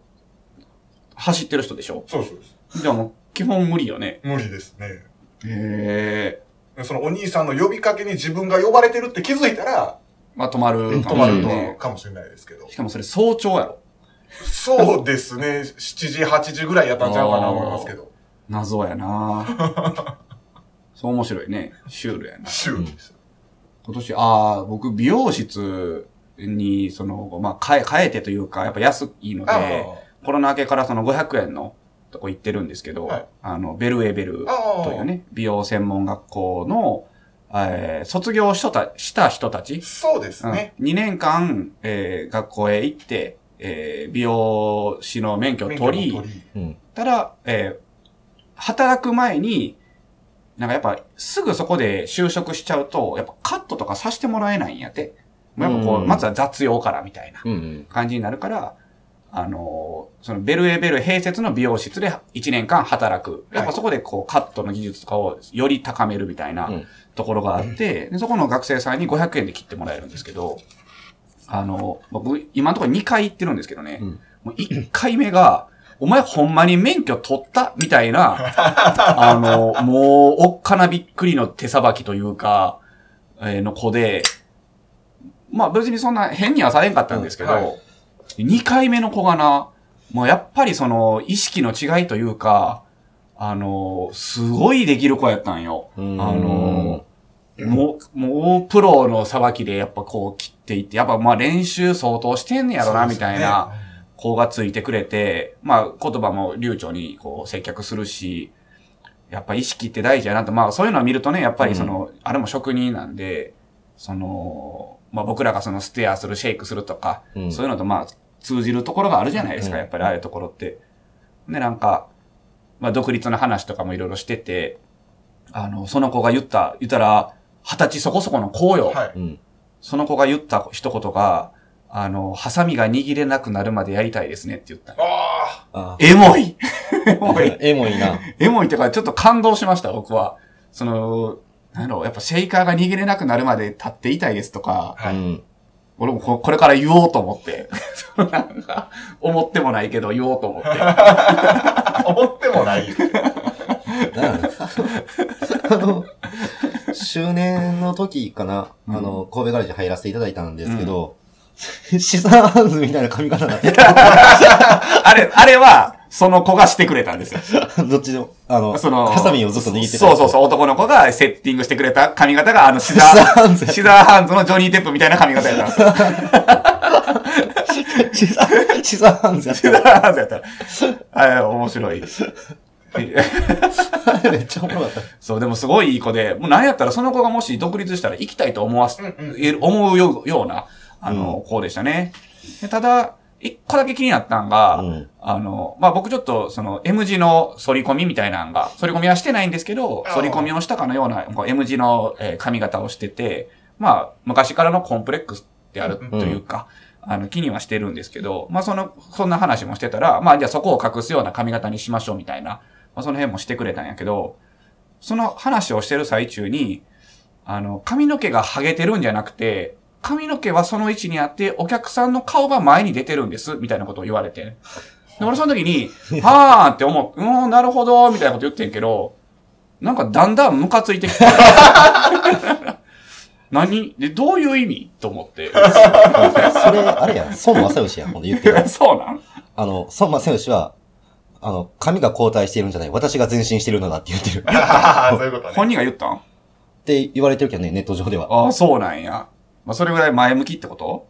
[SPEAKER 2] 走ってる人でしょ
[SPEAKER 1] そうそうです。
[SPEAKER 2] じゃあもう、基本無理よね。
[SPEAKER 1] 無理ですね。
[SPEAKER 2] へえ。
[SPEAKER 1] そのお兄さんの呼びかけに自分が呼ばれてるって気づいたら、
[SPEAKER 2] まあ、止まるか
[SPEAKER 1] 止
[SPEAKER 2] も
[SPEAKER 1] ま
[SPEAKER 2] しれ
[SPEAKER 1] る
[SPEAKER 2] ん
[SPEAKER 1] と
[SPEAKER 2] ね。
[SPEAKER 1] かもしれないですけど
[SPEAKER 2] し。かもそれ早朝やろ。
[SPEAKER 1] そうですね。7時、8時ぐらいやったんちゃうかな思いますけど。
[SPEAKER 2] 謎やな そう面白いね。シュールやな。
[SPEAKER 1] 週です。
[SPEAKER 2] 今年、ああ、僕、美容室に、その、まあ、変え、変えてというか、やっぱ安いの
[SPEAKER 1] ああ
[SPEAKER 2] で、コロナ明けからその500円のとこ行ってるんですけど、
[SPEAKER 1] はい
[SPEAKER 2] あの、ベルエベル
[SPEAKER 1] ああ。
[SPEAKER 2] というね、美容専門学校の、えー卒業しとたした人たち、
[SPEAKER 1] そうです
[SPEAKER 2] うん
[SPEAKER 1] ね。
[SPEAKER 2] 2年間、えー学校へ行って、えー美容師の免許を取
[SPEAKER 1] 免
[SPEAKER 2] り
[SPEAKER 1] 許、も取り
[SPEAKER 3] うん。
[SPEAKER 2] ただ、えー働く前に、なんかやっぱ、すぐそこで就職しちゃうと、やっぱカットとかさせてもらえないんやって。やっぱこう、
[SPEAKER 3] うん
[SPEAKER 2] まずは雑用からみたいな
[SPEAKER 3] うんうん。
[SPEAKER 2] 感じになるから、あのーそのベルエベル併設の美容室で1年間働く。やっぱそこでこう、カットの技術とかをより高めるみたいな
[SPEAKER 3] うん
[SPEAKER 2] ところがあって、でそこの学生さんに500円で切ってもらえるんですけど、あのー僕、今のところ2回行ってるんですけどね、
[SPEAKER 3] うん
[SPEAKER 2] もう1回目が、お前ほんまに免許取ったみたいな、あの、もう、おっかなびっくりの手さばきというか、えーの子で、まあ別にそんな変にはされんかったんですけ
[SPEAKER 1] う
[SPEAKER 2] ど、
[SPEAKER 1] んは
[SPEAKER 2] 2回目の子がな、もうやっぱりその、意識の違いというか、あの、すごいできる子やったんよ。
[SPEAKER 3] あ
[SPEAKER 2] あのもう、もうプロのさばきでやっぱこう切っていって、やっぱまあ練習相当してんねやろな、みたいな。子がついてくれて、まあ言葉も流暢にこう接客するし、やっぱ意識って大事やなと、まあそういうのを見るとね、やっぱりその、あれも職人なんで、その、まあ僕らがそのステアする、シェイクするとか、
[SPEAKER 3] うん
[SPEAKER 2] そういうのとまあ通じるところがあるじゃないですか、
[SPEAKER 3] うん
[SPEAKER 2] やっぱりああいうところって。で、なんか、まあ独立の話とかもいろいろしてて、あの、その子が言った、言ったら、二十歳そこそこの子よ。
[SPEAKER 1] はい。
[SPEAKER 3] うん。
[SPEAKER 2] その子が言った一言が、あの、ハサミが握れなくなるまでやりたいですねって言った。
[SPEAKER 1] あ
[SPEAKER 3] あ
[SPEAKER 2] エモいエモい
[SPEAKER 4] エモいな。
[SPEAKER 2] エモいってか、ちょっと感動しました、僕は。その、なんだろう、やっぱシェイカーが握れなくなるまで立っていたいですとか、
[SPEAKER 1] あ、は
[SPEAKER 4] う
[SPEAKER 1] い。
[SPEAKER 4] ん。
[SPEAKER 2] 俺もここれから言おうと思って、そのなんか、思ってもないけど言おうと思って。
[SPEAKER 1] 思ってもない。
[SPEAKER 3] なん だろうなあの、周年の時かな、
[SPEAKER 2] うん
[SPEAKER 3] あの、神戸ガレージ入らせていただいたんですけど、 資産ハンズみたいな髪型になって
[SPEAKER 2] あれ、あれは、その子がしてくれたんですよ。
[SPEAKER 3] た。 どっちでも、あの、
[SPEAKER 2] その、
[SPEAKER 3] ハサミをずっと握ってた。
[SPEAKER 2] そうそうそう、男の子がセッティングしてくれた髪型が、あの、シザ
[SPEAKER 3] 資
[SPEAKER 2] ー、
[SPEAKER 3] 産ハンズや
[SPEAKER 2] シザーハンズのジョニー・テップみたいな髪型やったんですよ。
[SPEAKER 3] 資産、資産ハンズやっ
[SPEAKER 2] シザーハンズやったら。あれ、面白 い。
[SPEAKER 3] た。めっちゃおもろかった。
[SPEAKER 2] そう、でもすごいいい子で、もうなんやったらその子がもし独立したら行きたいと思わす、
[SPEAKER 1] うんうん
[SPEAKER 2] える思うよような、あの、子でしたね。でただ、一個だけ気になったんが、
[SPEAKER 3] うん
[SPEAKER 2] あの、まあ、僕ちょっと、その、M 字の反り込みみたいなのが、反り込みはしてないんですけど、
[SPEAKER 1] あー
[SPEAKER 2] 反り込みをしたかのような、こう M 字の、えー髪型をしてて、まあ、昔からのコンプレックスであるというか、あの、気にはしてるんですけど、まあ、その、そんな話もしてたら、まあ、じゃあそこを隠すような髪型にしましょうみたいな、まあ、その辺もしてくれたんやけど、その話をしてる最中に、あの、髪の毛がハゲてるんじゃなくて、髪の毛はその位置にあって、お客さんの顔が前に出てるんです、みたいなことを言われて。で、俺その時に、はーんって思う、うん、なるほど、みたいなこと言ってんけど、なんかだんだんムカついてきて。何で、どういう意味と思って。
[SPEAKER 3] それ、あれや、孫正義や、ほんで言ってる。
[SPEAKER 2] そう なん
[SPEAKER 3] あの、孫正義は、あの、髪が交代しているんじゃない、私が前進しているのだって言ってる。っ
[SPEAKER 1] ああ、そういうことね。
[SPEAKER 2] 本人が言ったん
[SPEAKER 3] て言われてるけどね、ネット上では。
[SPEAKER 2] ああ、そうなんや。まあ、それぐらい前向きってこと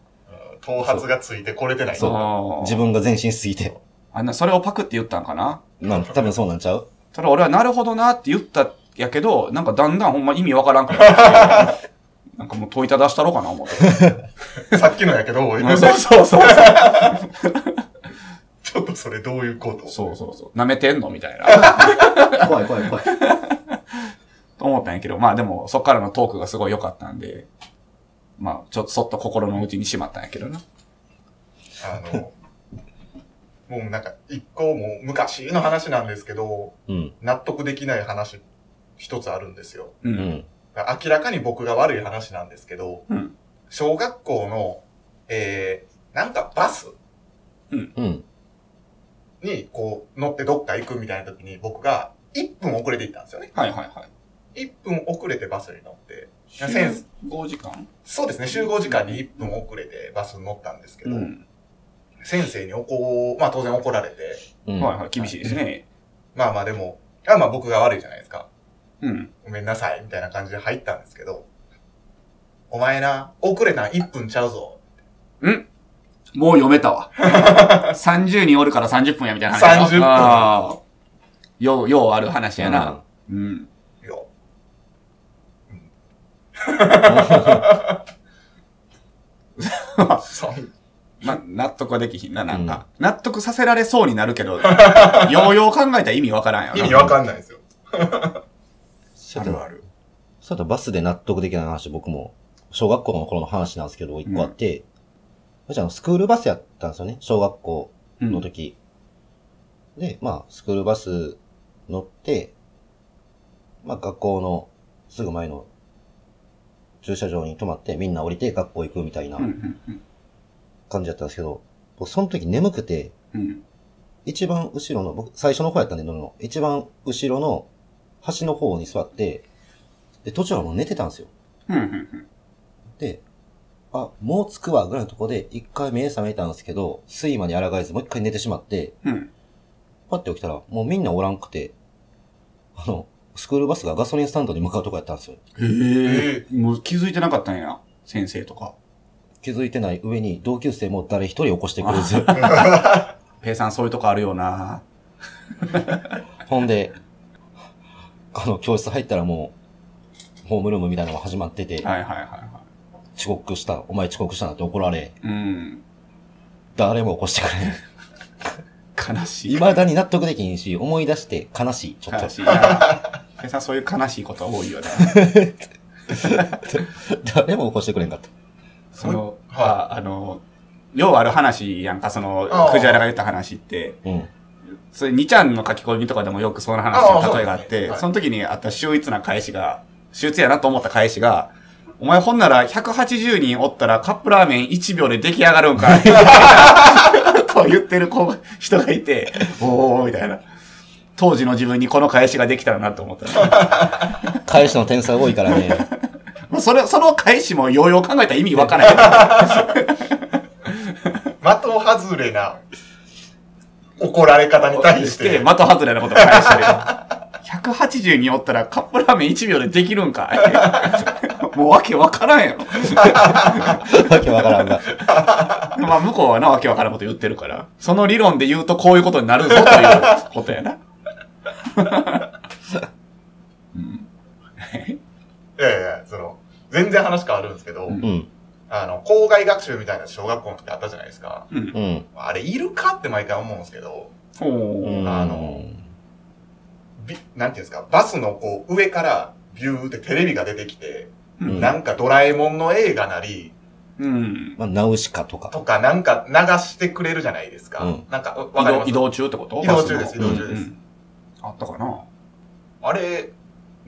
[SPEAKER 1] 頭髪がついてこれてない。
[SPEAKER 3] そう
[SPEAKER 2] あ
[SPEAKER 3] 自
[SPEAKER 2] ー
[SPEAKER 3] 分が前進しすぎて。
[SPEAKER 2] あんな、それをパクって言ったんかな
[SPEAKER 3] なん多分そうなんちゃう
[SPEAKER 2] ただ俺はなるほどなって言ったやけど、なんかだんだんほんま意味わからんからな って。なんかもう問いただしたろかな思って。
[SPEAKER 1] さっきのやけど、
[SPEAKER 2] うん そうそうそう。
[SPEAKER 1] ちょっとそれどういうこと
[SPEAKER 2] そうそうそう。舐めてんのみたい な。
[SPEAKER 3] 怖い怖い怖い。
[SPEAKER 2] と思ったんやけど、まあでもそっからのトークがすごい良かったんで、まあちょっとそっと心の内にしまったんやけどな。
[SPEAKER 1] あの、もうなんか、一個もう昔の話なんですけど、
[SPEAKER 3] うん。
[SPEAKER 1] 納得できない話、一つあるんですよ。
[SPEAKER 2] う。
[SPEAKER 3] うんん。
[SPEAKER 1] 明らかに僕が悪い話なんですけど、
[SPEAKER 2] うん
[SPEAKER 1] 小学校の、えー、なんかバス
[SPEAKER 3] うん。
[SPEAKER 1] にこう乗ってどっか行くみたいな時に僕が1分遅れて行ったんですよね。
[SPEAKER 2] はいはいはい。
[SPEAKER 1] 1分遅れてバスに乗って、やセンス
[SPEAKER 2] 5時間
[SPEAKER 1] そうですね、集合時間に1分遅れてバスに乗ったんですけ
[SPEAKER 2] う
[SPEAKER 1] ど、
[SPEAKER 2] ん。
[SPEAKER 1] 先生に怒、まあ当然怒られて、
[SPEAKER 3] うん。
[SPEAKER 2] はいはい。厳しいですね。
[SPEAKER 1] まあまあでも、あまあ僕が悪いじゃないですか。
[SPEAKER 2] うん。
[SPEAKER 1] ごめんなさい、みたいな感じで入ったんですけど、お前な、遅れたん1分ちゃうぞ。
[SPEAKER 2] もう読めたわ。30人お るから30分やみたいな話
[SPEAKER 1] 30
[SPEAKER 2] やな。
[SPEAKER 1] 分
[SPEAKER 2] あー。よう、ようある話やな。うん
[SPEAKER 1] いや、そん
[SPEAKER 2] ま、納得はできひんな、なんか。納得させられそうになるけ ど、ようよう考えたら意味わからんよな。
[SPEAKER 1] 意味わかんないですよ。
[SPEAKER 3] そうやった
[SPEAKER 1] る。
[SPEAKER 3] そうやったバスで納得できない話、僕も、小学校の頃の話なんですけど、一個あって、私あの、スクールバスやったんですよね、小学校
[SPEAKER 2] うん
[SPEAKER 3] の時。で、まあ、スクールバス乗って、まあ、学校のすぐ前の駐車場に泊まって、みんな降りて学校行くみたいな
[SPEAKER 2] うんうんうん
[SPEAKER 3] 感じだったんですけど、僕その時眠くて、
[SPEAKER 2] うん
[SPEAKER 3] 一番後ろの、僕、最初の方やったんで乗るの、一番後ろの端の方に座って、で、途中はもう寝てたんですよ。
[SPEAKER 2] うんうん
[SPEAKER 3] で、あ、もう着くわ、ぐらいのとこで、一回目覚めたんですけど、睡魔に抗えず、もう一回寝てしまって、
[SPEAKER 2] うんうん
[SPEAKER 3] パッて起きたら、もうみんなおらんくて、あの、スクールバスがガソリンスタンドに向かうとこやったんですよ。
[SPEAKER 2] へえ。もう気づいてなかったんや。先生とか。
[SPEAKER 3] 気づいてない上に、同級生も誰一人起こしてくれず、
[SPEAKER 2] ペイさんそういうとこあるよな。
[SPEAKER 3] ほんで、あの、教室入ったらもう、ホームルームみたいなのが始まって
[SPEAKER 2] は
[SPEAKER 3] て、
[SPEAKER 2] いはいはいは
[SPEAKER 3] 遅刻した、お前遅刻したなって怒られ、
[SPEAKER 2] い。うん。
[SPEAKER 3] 誰も起こしてくれない。
[SPEAKER 2] 悲 しい。
[SPEAKER 3] 未だに納得できんし、思い出して悲しい、ちょっと
[SPEAKER 2] 悲。しいな。 ペイさんそういう悲しいこと多いよね。
[SPEAKER 3] 誰も起こしてくれんかった。
[SPEAKER 2] その、
[SPEAKER 1] はい
[SPEAKER 2] ああの、ようある話やんか、その
[SPEAKER 1] あ、あ
[SPEAKER 2] 藤原が言った話って。
[SPEAKER 3] うん。
[SPEAKER 2] それ、二ちゃんの書き込みとかでもよくその話
[SPEAKER 1] ああそう
[SPEAKER 2] の
[SPEAKER 1] ですね
[SPEAKER 2] 例えがあって、そ
[SPEAKER 1] はい
[SPEAKER 2] の時にあった秀逸な返しが、秀逸やなと思った返しが、お前ほんなら180人おったらカップラーメン1秒で出来上がるんかい と言ってる子が人がいて、おーみたいな。当時の自分にこの返しができたらなと思った。
[SPEAKER 3] 返しの点差多いからね。
[SPEAKER 2] もうそれ、その返しもようよう考えたら意味わからないけど。
[SPEAKER 1] 的外れな怒られ方に対して
[SPEAKER 2] 的。外れなことを返 してる。180におったらカップラーメン1秒でできるんかい もうわけわからんやろ。
[SPEAKER 3] わけわからんが。
[SPEAKER 2] まあ向こうはなわけわからんこと言ってるから、その理論で言うとこういうことになるぞということ やな。
[SPEAKER 1] いやいや、その、全然話変わるんですけど、
[SPEAKER 2] うん
[SPEAKER 3] うん。
[SPEAKER 1] あの、校外学習みたいな小学校の時あったじゃないですか。
[SPEAKER 2] うん。
[SPEAKER 3] うん。
[SPEAKER 1] あれ、いるかって毎回思うんですけど、
[SPEAKER 2] お
[SPEAKER 1] あの、びなんていうんですか、バスのこう、上から、ビューってテレビが出てきて、
[SPEAKER 2] うん。
[SPEAKER 1] なんかドラえもんの映画なり、
[SPEAKER 2] うん。
[SPEAKER 3] まあ、ナウシカとか。
[SPEAKER 1] とかなんか流してくれるじゃないですか。
[SPEAKER 3] うん
[SPEAKER 1] なんか、わ
[SPEAKER 2] 移
[SPEAKER 1] かりま
[SPEAKER 2] 動
[SPEAKER 1] す
[SPEAKER 2] 移動中ってこと
[SPEAKER 1] 移動中です
[SPEAKER 2] バスの
[SPEAKER 1] 移動中です
[SPEAKER 2] んあったかな。
[SPEAKER 1] あれ、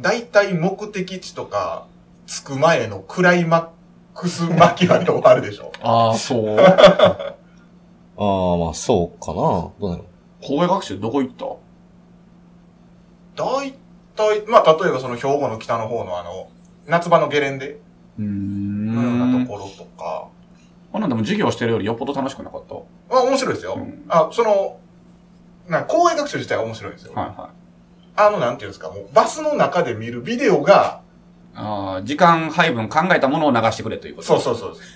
[SPEAKER 1] だいたい目的地とか、着く前のクライマックス間際で終わるでしょ
[SPEAKER 2] ああ、 そう。
[SPEAKER 3] ああ、まあ、そうかな。どうだろ
[SPEAKER 2] 校外学習どこ行った
[SPEAKER 1] だいたい、まあ、例えばその兵庫の北の方のあの、夏場のゲレンデ
[SPEAKER 2] うー
[SPEAKER 1] のようなんと。ころとか、
[SPEAKER 2] あんなんでも授業してるよりよっぽど楽しくなかった。は
[SPEAKER 1] まあ、面白いですよ。
[SPEAKER 2] うん
[SPEAKER 1] あ、その、なんか、校外学習自体は面白いんですよ。
[SPEAKER 2] いはい。
[SPEAKER 1] あの、なんていうんですか、もう、バスの中で見るビデオが、
[SPEAKER 2] ああ、時間配分考えたものを流してくれということ。
[SPEAKER 1] そうそうそうです。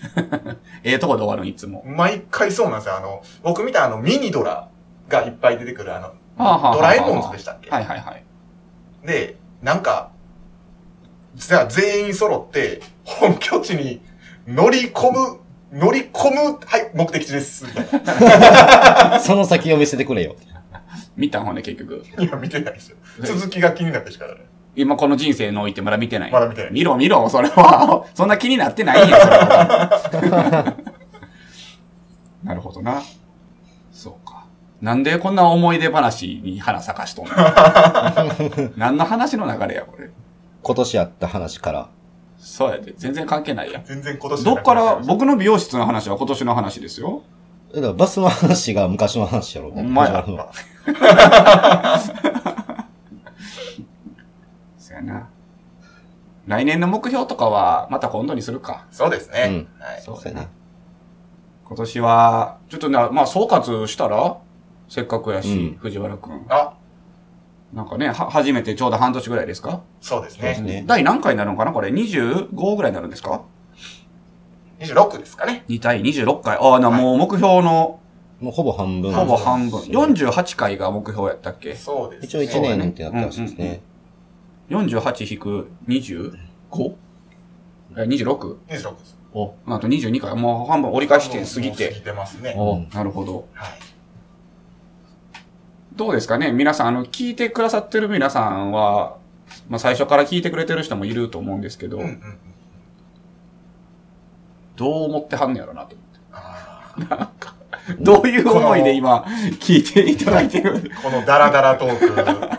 [SPEAKER 2] ええとこで終わるん、いつも。
[SPEAKER 1] 毎回そうなんですよ。あの、僕見たあの、ミニドラがいっぱい出てくる、あの、
[SPEAKER 2] はあはあはあはあ
[SPEAKER 1] ドラえもんズでしたっけ
[SPEAKER 2] はいはいはい。
[SPEAKER 1] で、なんか、じゃあ全員揃って、本拠地に乗り込む、乗り込む、はい、目的地です。みたいな。
[SPEAKER 3] う。その先を見せてくれよ。
[SPEAKER 2] 見たんほんで結局。
[SPEAKER 1] いや、見てないですよ。続きが気になってしかない。
[SPEAKER 2] 今この人生においてまだ見てない。
[SPEAKER 1] まだ見てない
[SPEAKER 2] 見ろ見ろ、それは。 そん な気になってないよ、それはなるほどな。そうか。なんでこんな思い出話に花咲かしとんの 何の話の流れや、これ。
[SPEAKER 3] 今年あった話から。
[SPEAKER 2] そうやで。全然関係ないやん。
[SPEAKER 1] 全然今年じゃ
[SPEAKER 2] ど
[SPEAKER 1] な
[SPEAKER 2] っ
[SPEAKER 1] くなち
[SPEAKER 2] か
[SPEAKER 1] ゃい
[SPEAKER 2] ら、
[SPEAKER 1] ました
[SPEAKER 2] 僕の美容室の話は今年の話ですよ。
[SPEAKER 3] えだからバスの話が昔の話やろ。
[SPEAKER 2] ほんまや
[SPEAKER 3] 藤原の
[SPEAKER 2] そうやな。来年の目標とかは、また今度にするか。
[SPEAKER 1] そうですね。
[SPEAKER 3] う
[SPEAKER 1] はい。
[SPEAKER 3] そうやね。
[SPEAKER 2] 今年は、ちょっとな、まあ総括したら、せっかくやし、
[SPEAKER 3] うん
[SPEAKER 2] 藤原くん。
[SPEAKER 1] あ、
[SPEAKER 2] なんかね、は、初めてちょうど半年ぐらいですか
[SPEAKER 1] そうです
[SPEAKER 3] そうです
[SPEAKER 1] ね。
[SPEAKER 3] ね。
[SPEAKER 2] 第何回になるのかなこれ25ぐらいになるんですか
[SPEAKER 1] 26ですかね。
[SPEAKER 2] ?2 対26回。ああ、な、
[SPEAKER 1] はい
[SPEAKER 2] もう目標の
[SPEAKER 3] もうほぼ半分。
[SPEAKER 2] ほぼ半分。
[SPEAKER 3] そう
[SPEAKER 2] 48回が目標やったっけ
[SPEAKER 1] そうですね。
[SPEAKER 3] 一応1年ってなったらしいですね。
[SPEAKER 2] ?48 引く 25? え、26?
[SPEAKER 1] 26です。
[SPEAKER 2] お、あと22回。もう半分折り返し点過ぎ
[SPEAKER 1] 過ぎ
[SPEAKER 2] て。
[SPEAKER 1] てますね。
[SPEAKER 2] お、なるほど。
[SPEAKER 1] はい。
[SPEAKER 2] どうですかね皆さん、あの、聞いてくださってる皆さんは、まあ最初から聞いてくれてる人もいると思うんですけど、
[SPEAKER 1] うんうんうん。
[SPEAKER 2] どう思ってはんのやろなと。
[SPEAKER 1] あ
[SPEAKER 2] どういう思いで今、聞いていただいて る
[SPEAKER 1] ーこのダラダラトーク。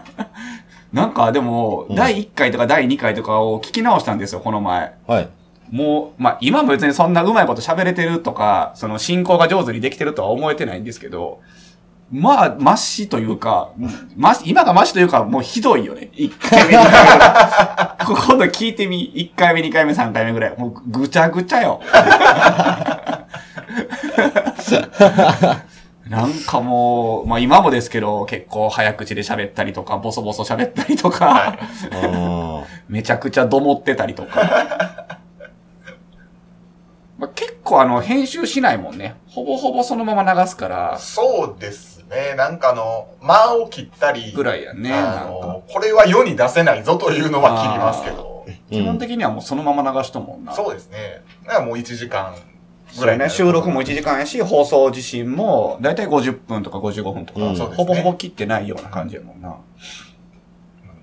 [SPEAKER 2] なんかでも、
[SPEAKER 3] うん
[SPEAKER 2] 第1回とか第2回とかを聞き直したんですよ、この前。
[SPEAKER 3] はい。
[SPEAKER 2] もう、まあ今も別にそんなうまいこと喋れてるとか、その進行が上手にできてるとは思えてないんですけど、まあ、マシというか、マシ、今がマシというか、もうひどいよね。1回目、2回目。こ今度聞いてみ、1回目、2回目、3回目ぐらい。もうぐちゃぐちゃよ。なんかもう、まあ今もですけど、結構早口で喋ったりとか、ボソボソ喋ったりとか、
[SPEAKER 3] あ
[SPEAKER 2] めちゃくちゃどもってたりとか。 まあ、結構あの、編集しないもんね。ほぼほぼそのまま流すから、
[SPEAKER 1] そうですね。なんかあの、間を切ったり。
[SPEAKER 2] ぐらいやね。
[SPEAKER 1] あ
[SPEAKER 2] なんか
[SPEAKER 1] の、これは世に出せないぞというのは切りますけど。
[SPEAKER 3] あ。
[SPEAKER 2] 基本的にはもうそのまま流しとんもんな。
[SPEAKER 1] そうですね。だからもう1時間
[SPEAKER 2] そ
[SPEAKER 1] ぐ
[SPEAKER 2] う
[SPEAKER 1] ら
[SPEAKER 2] や
[SPEAKER 1] いになる
[SPEAKER 2] ね。収録も1時間やし、放送自身も、だいたい50分とか55分とか、
[SPEAKER 3] うんそう
[SPEAKER 1] です
[SPEAKER 2] ほ
[SPEAKER 1] ね
[SPEAKER 2] ぼほぼ切ってないような感じやもんな。
[SPEAKER 1] うん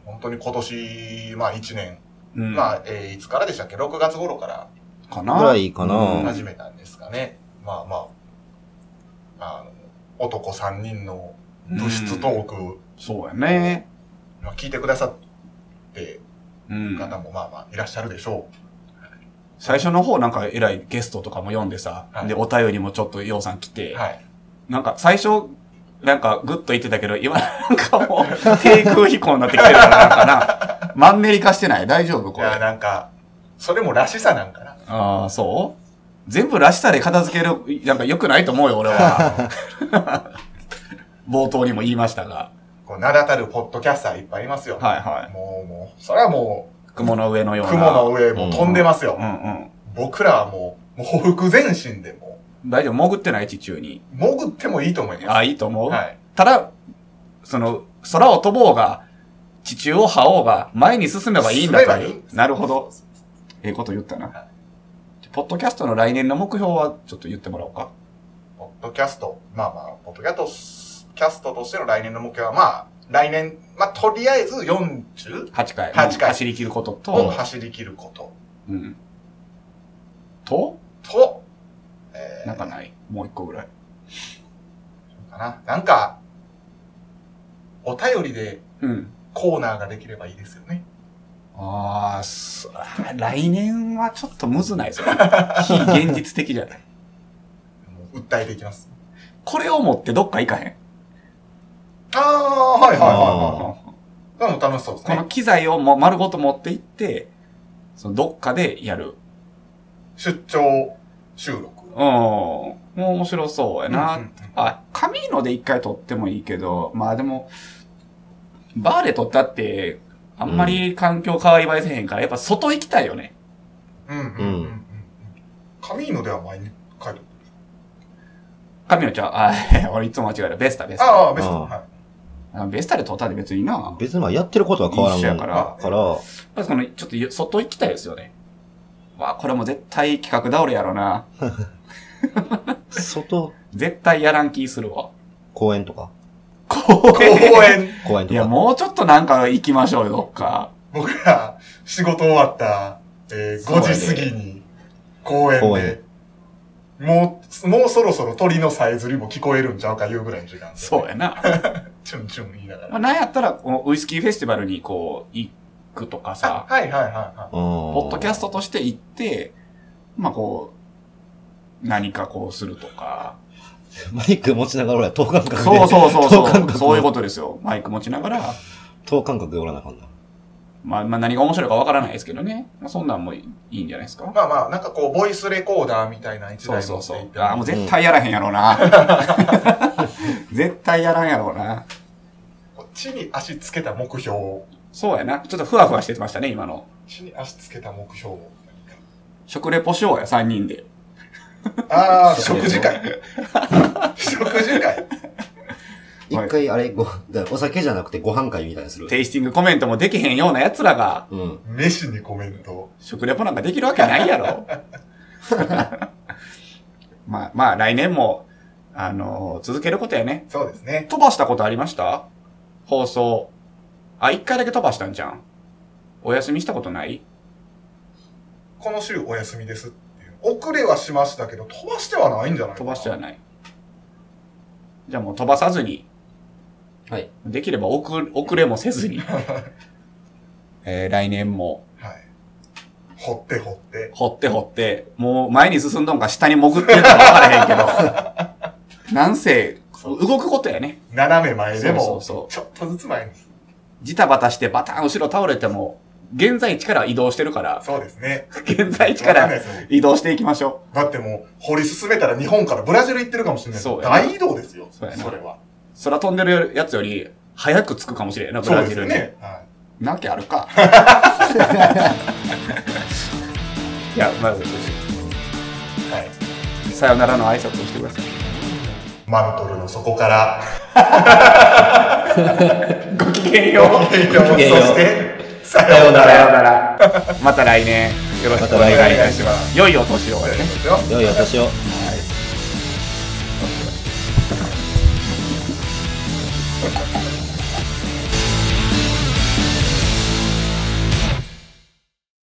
[SPEAKER 1] 本当に今年、まあ1年、
[SPEAKER 2] うん。
[SPEAKER 1] まあ、えーいつからでしたっけ ?6 月頃から
[SPEAKER 2] かな。
[SPEAKER 3] ぐらいかな
[SPEAKER 2] うん
[SPEAKER 1] 始めたんですかね。まあまあ、あの、男3人の物質トーク、
[SPEAKER 2] そうやね。
[SPEAKER 1] まあ、聞いてくださって
[SPEAKER 2] うん。
[SPEAKER 1] 方もまあまあいらっしゃるでしょ
[SPEAKER 2] 最初の方なんか偉いゲストとかも読んでさ、
[SPEAKER 1] はい
[SPEAKER 2] で、お便りもちょっとようさん来て、
[SPEAKER 1] う。はい。
[SPEAKER 2] なんか最初、なんかグッと言ってたけど、今なんかもう低空飛行になってきてるからなんか な、マンネリ化してない大丈夫
[SPEAKER 1] い
[SPEAKER 2] これ。
[SPEAKER 1] や、
[SPEAKER 2] あ
[SPEAKER 1] なんか、それもらしさなんかな。
[SPEAKER 2] あー、そう全部らしさで片付ける、なんか良くないと思うよ、俺は。 冒頭にも言いましたが。
[SPEAKER 1] こう、名だたるポッドキャスターいっぱいいますよ。
[SPEAKER 2] はいは
[SPEAKER 1] もう、もう、それはも
[SPEAKER 2] い。雲の上のよ
[SPEAKER 1] う、
[SPEAKER 2] うな。
[SPEAKER 1] 雲の上もう飛んでますよ。
[SPEAKER 2] うんうん。
[SPEAKER 1] 僕らはもう、もう、ほふ前進でも
[SPEAKER 2] 大丈夫、潜ってない地中に。
[SPEAKER 1] う、潜ってもいいと思います。
[SPEAKER 2] あ、いいと思う、
[SPEAKER 1] はい。
[SPEAKER 2] ただ、その、空を飛ぼうが、地中を這おうが、前に進めばいいんだ
[SPEAKER 1] 進め
[SPEAKER 2] と
[SPEAKER 1] ばいい
[SPEAKER 2] い
[SPEAKER 1] ん
[SPEAKER 2] う
[SPEAKER 1] で。す
[SPEAKER 2] なるほど。ええこと言ったな、
[SPEAKER 1] は
[SPEAKER 2] ポッドキャストの来年の目標はちょっと言ってもらおうか。
[SPEAKER 1] ポッドキャスト、まあまあ、ポッドキャスト、キャストとしての来年の目標は、まあ、来年、まあ、とりあえず40
[SPEAKER 2] 8回。
[SPEAKER 1] 8回
[SPEAKER 2] 走り切ること
[SPEAKER 1] を
[SPEAKER 2] と、
[SPEAKER 1] 走り切ること
[SPEAKER 2] うん。と、
[SPEAKER 1] と、えー、
[SPEAKER 2] なんかない。もう一個ぐらい。
[SPEAKER 1] かな。なんか、お便りで
[SPEAKER 2] うん。
[SPEAKER 1] コーナーができればいいですよね。
[SPEAKER 2] あーすあー、来年はちょっとむずないぞ。非現実的じゃない。
[SPEAKER 1] もう訴えていきます。
[SPEAKER 2] これを持ってどっか行かへん。
[SPEAKER 1] ああ、はいはい
[SPEAKER 3] あ
[SPEAKER 1] は
[SPEAKER 3] ー
[SPEAKER 1] いはい。でも楽しそうです
[SPEAKER 2] この
[SPEAKER 1] ね。
[SPEAKER 2] 機材をもう丸ごと持って行って、そのどっかでやる。
[SPEAKER 1] 出張収録。
[SPEAKER 2] うん。もう面白そうやな。
[SPEAKER 1] うんうんうん
[SPEAKER 2] あ、紙ので一回撮ってもいいけど、まあでも、バーで撮ったって、あんまり環境変わり映えせへんから、やっぱ外行きたいよね。
[SPEAKER 1] うんうんうんうんうん。カミーノでは前に書いて
[SPEAKER 2] 紙のちゃう、あ、 俺いつも間違えた。ベスタ、ベス
[SPEAKER 1] あ
[SPEAKER 2] タ。
[SPEAKER 1] る。ああ、別に。
[SPEAKER 3] うん
[SPEAKER 1] はい。
[SPEAKER 2] あベスタで撮ったって別にな。やっ
[SPEAKER 3] 別にまあやってることは変わらん
[SPEAKER 2] 一緒や
[SPEAKER 3] か
[SPEAKER 2] から
[SPEAKER 3] ら、から
[SPEAKER 2] ぱその、ちょっと外行きたいですよね。わあ、これも絶対企画倒れやろな。
[SPEAKER 3] 外、
[SPEAKER 2] 絶対やらん気するわ。
[SPEAKER 3] 公園とか、
[SPEAKER 2] 公
[SPEAKER 1] 公園。
[SPEAKER 3] 公園と
[SPEAKER 2] いや、
[SPEAKER 3] か、
[SPEAKER 2] もうちょっとなんか行きましょうよ、どっか。
[SPEAKER 1] 僕ら、仕事終わった、えー
[SPEAKER 2] そう
[SPEAKER 1] 5
[SPEAKER 2] やね
[SPEAKER 1] 時過ぎに、公園で、
[SPEAKER 3] 公園
[SPEAKER 1] もう、もうそろそろ鳥のさえずりも聞こえるんちゃうかいうぐらいの時間で
[SPEAKER 2] そうやな。
[SPEAKER 1] チュンチュン言いなが
[SPEAKER 2] ま
[SPEAKER 1] ら。
[SPEAKER 2] あ、なんやったら、このウイスキーフェスティバルにこう、行くとかさ
[SPEAKER 1] あ、はいはいはいは
[SPEAKER 3] ポ
[SPEAKER 2] ポッドキャストとして行って、まあこう、何かこうするとか。
[SPEAKER 3] マイク持ちながら俺は等間隔で。
[SPEAKER 2] そうそうそう
[SPEAKER 3] 等
[SPEAKER 2] そ
[SPEAKER 3] 間
[SPEAKER 2] う。
[SPEAKER 3] 隔
[SPEAKER 2] そういうことですよ。マイク持ちながら、
[SPEAKER 3] 等間隔でおらなあかんな。
[SPEAKER 2] まあ、まあ何が面白いかわからないですけどね。まあそんなんもいいんじゃないです
[SPEAKER 1] い。
[SPEAKER 2] か。
[SPEAKER 1] まあまあ、なんかこう、ボイスレコーダーみたいな一
[SPEAKER 2] そう
[SPEAKER 1] 台
[SPEAKER 2] そ
[SPEAKER 1] 持
[SPEAKER 2] う
[SPEAKER 1] っ
[SPEAKER 2] そ
[SPEAKER 1] ていうっ。て。
[SPEAKER 2] ああ、もう絶対やらへんやろうな。 絶対やらんやろうな。
[SPEAKER 1] こう地に足つけた目標を、
[SPEAKER 2] そうやな。ちょっとふわふわしてましたね、今の。
[SPEAKER 1] 地に足つけた目 標を。
[SPEAKER 2] 食レポしようや、3人で。
[SPEAKER 1] ああ、食事 会。食事会。
[SPEAKER 3] 一
[SPEAKER 2] はい
[SPEAKER 3] 回あれ、ご、だお酒じゃなくてご飯会みたいにする。
[SPEAKER 2] テイスティングコメントもできへんような奴らが、
[SPEAKER 3] うん。
[SPEAKER 1] 飯にコメント。
[SPEAKER 2] 食レポなんかできるわけないやろ。 まあ、まあ、来年も、あの続けることやね。
[SPEAKER 1] そうですね。
[SPEAKER 2] 飛ばしたことありました放送。あ、一回だけ飛ばしたんじゃん。お休みしたことない
[SPEAKER 1] この週お休みですっていう。遅れはしましたけど、飛ばしてはないんじゃないか
[SPEAKER 2] 飛
[SPEAKER 1] な
[SPEAKER 2] ばしてはない。じゃあもう飛ばさずに、
[SPEAKER 3] はい。
[SPEAKER 2] できれば遅れ遅れもせ ずに、えー来年も、
[SPEAKER 1] はい。掘って掘って。
[SPEAKER 2] 掘って掘って、もう前に進んどんか下に潜ってるか分からへ んけど、なんせ、動くことやね。
[SPEAKER 1] 斜め前でも、
[SPEAKER 2] そうそうそ
[SPEAKER 1] ちょ
[SPEAKER 2] う
[SPEAKER 1] っとずつ前に。
[SPEAKER 2] ジタバタしてバタン後ろ倒れても、現在地から移動してるから、
[SPEAKER 1] そうですね。
[SPEAKER 2] 現在地か
[SPEAKER 1] わかんない
[SPEAKER 2] ら
[SPEAKER 1] ですよ
[SPEAKER 2] 移動していきましょ
[SPEAKER 1] だってもう、掘り進めたら日本からブラジル行ってるかもしれない。
[SPEAKER 2] そうやな
[SPEAKER 1] 大移動ですよ。
[SPEAKER 2] そうやな
[SPEAKER 1] れは。
[SPEAKER 2] う。空飛んでるやつより、早く着くかもしれんな、ブ
[SPEAKER 1] そう
[SPEAKER 2] ラ
[SPEAKER 1] で
[SPEAKER 2] ジ
[SPEAKER 1] す
[SPEAKER 2] ル
[SPEAKER 1] よ
[SPEAKER 2] に。
[SPEAKER 1] ね。はい。
[SPEAKER 2] なわけあ るか。いや、まあ、
[SPEAKER 1] はい。
[SPEAKER 2] さよならの挨拶をしてください。
[SPEAKER 1] マントルの底から、
[SPEAKER 2] ごきげんよう。
[SPEAKER 1] そ
[SPEAKER 3] きげんよう
[SPEAKER 1] して、さような
[SPEAKER 2] さ
[SPEAKER 1] ら。
[SPEAKER 2] よな ら。また来年、よろしくお願いいたします。良い お年をね。
[SPEAKER 3] 良いお年を。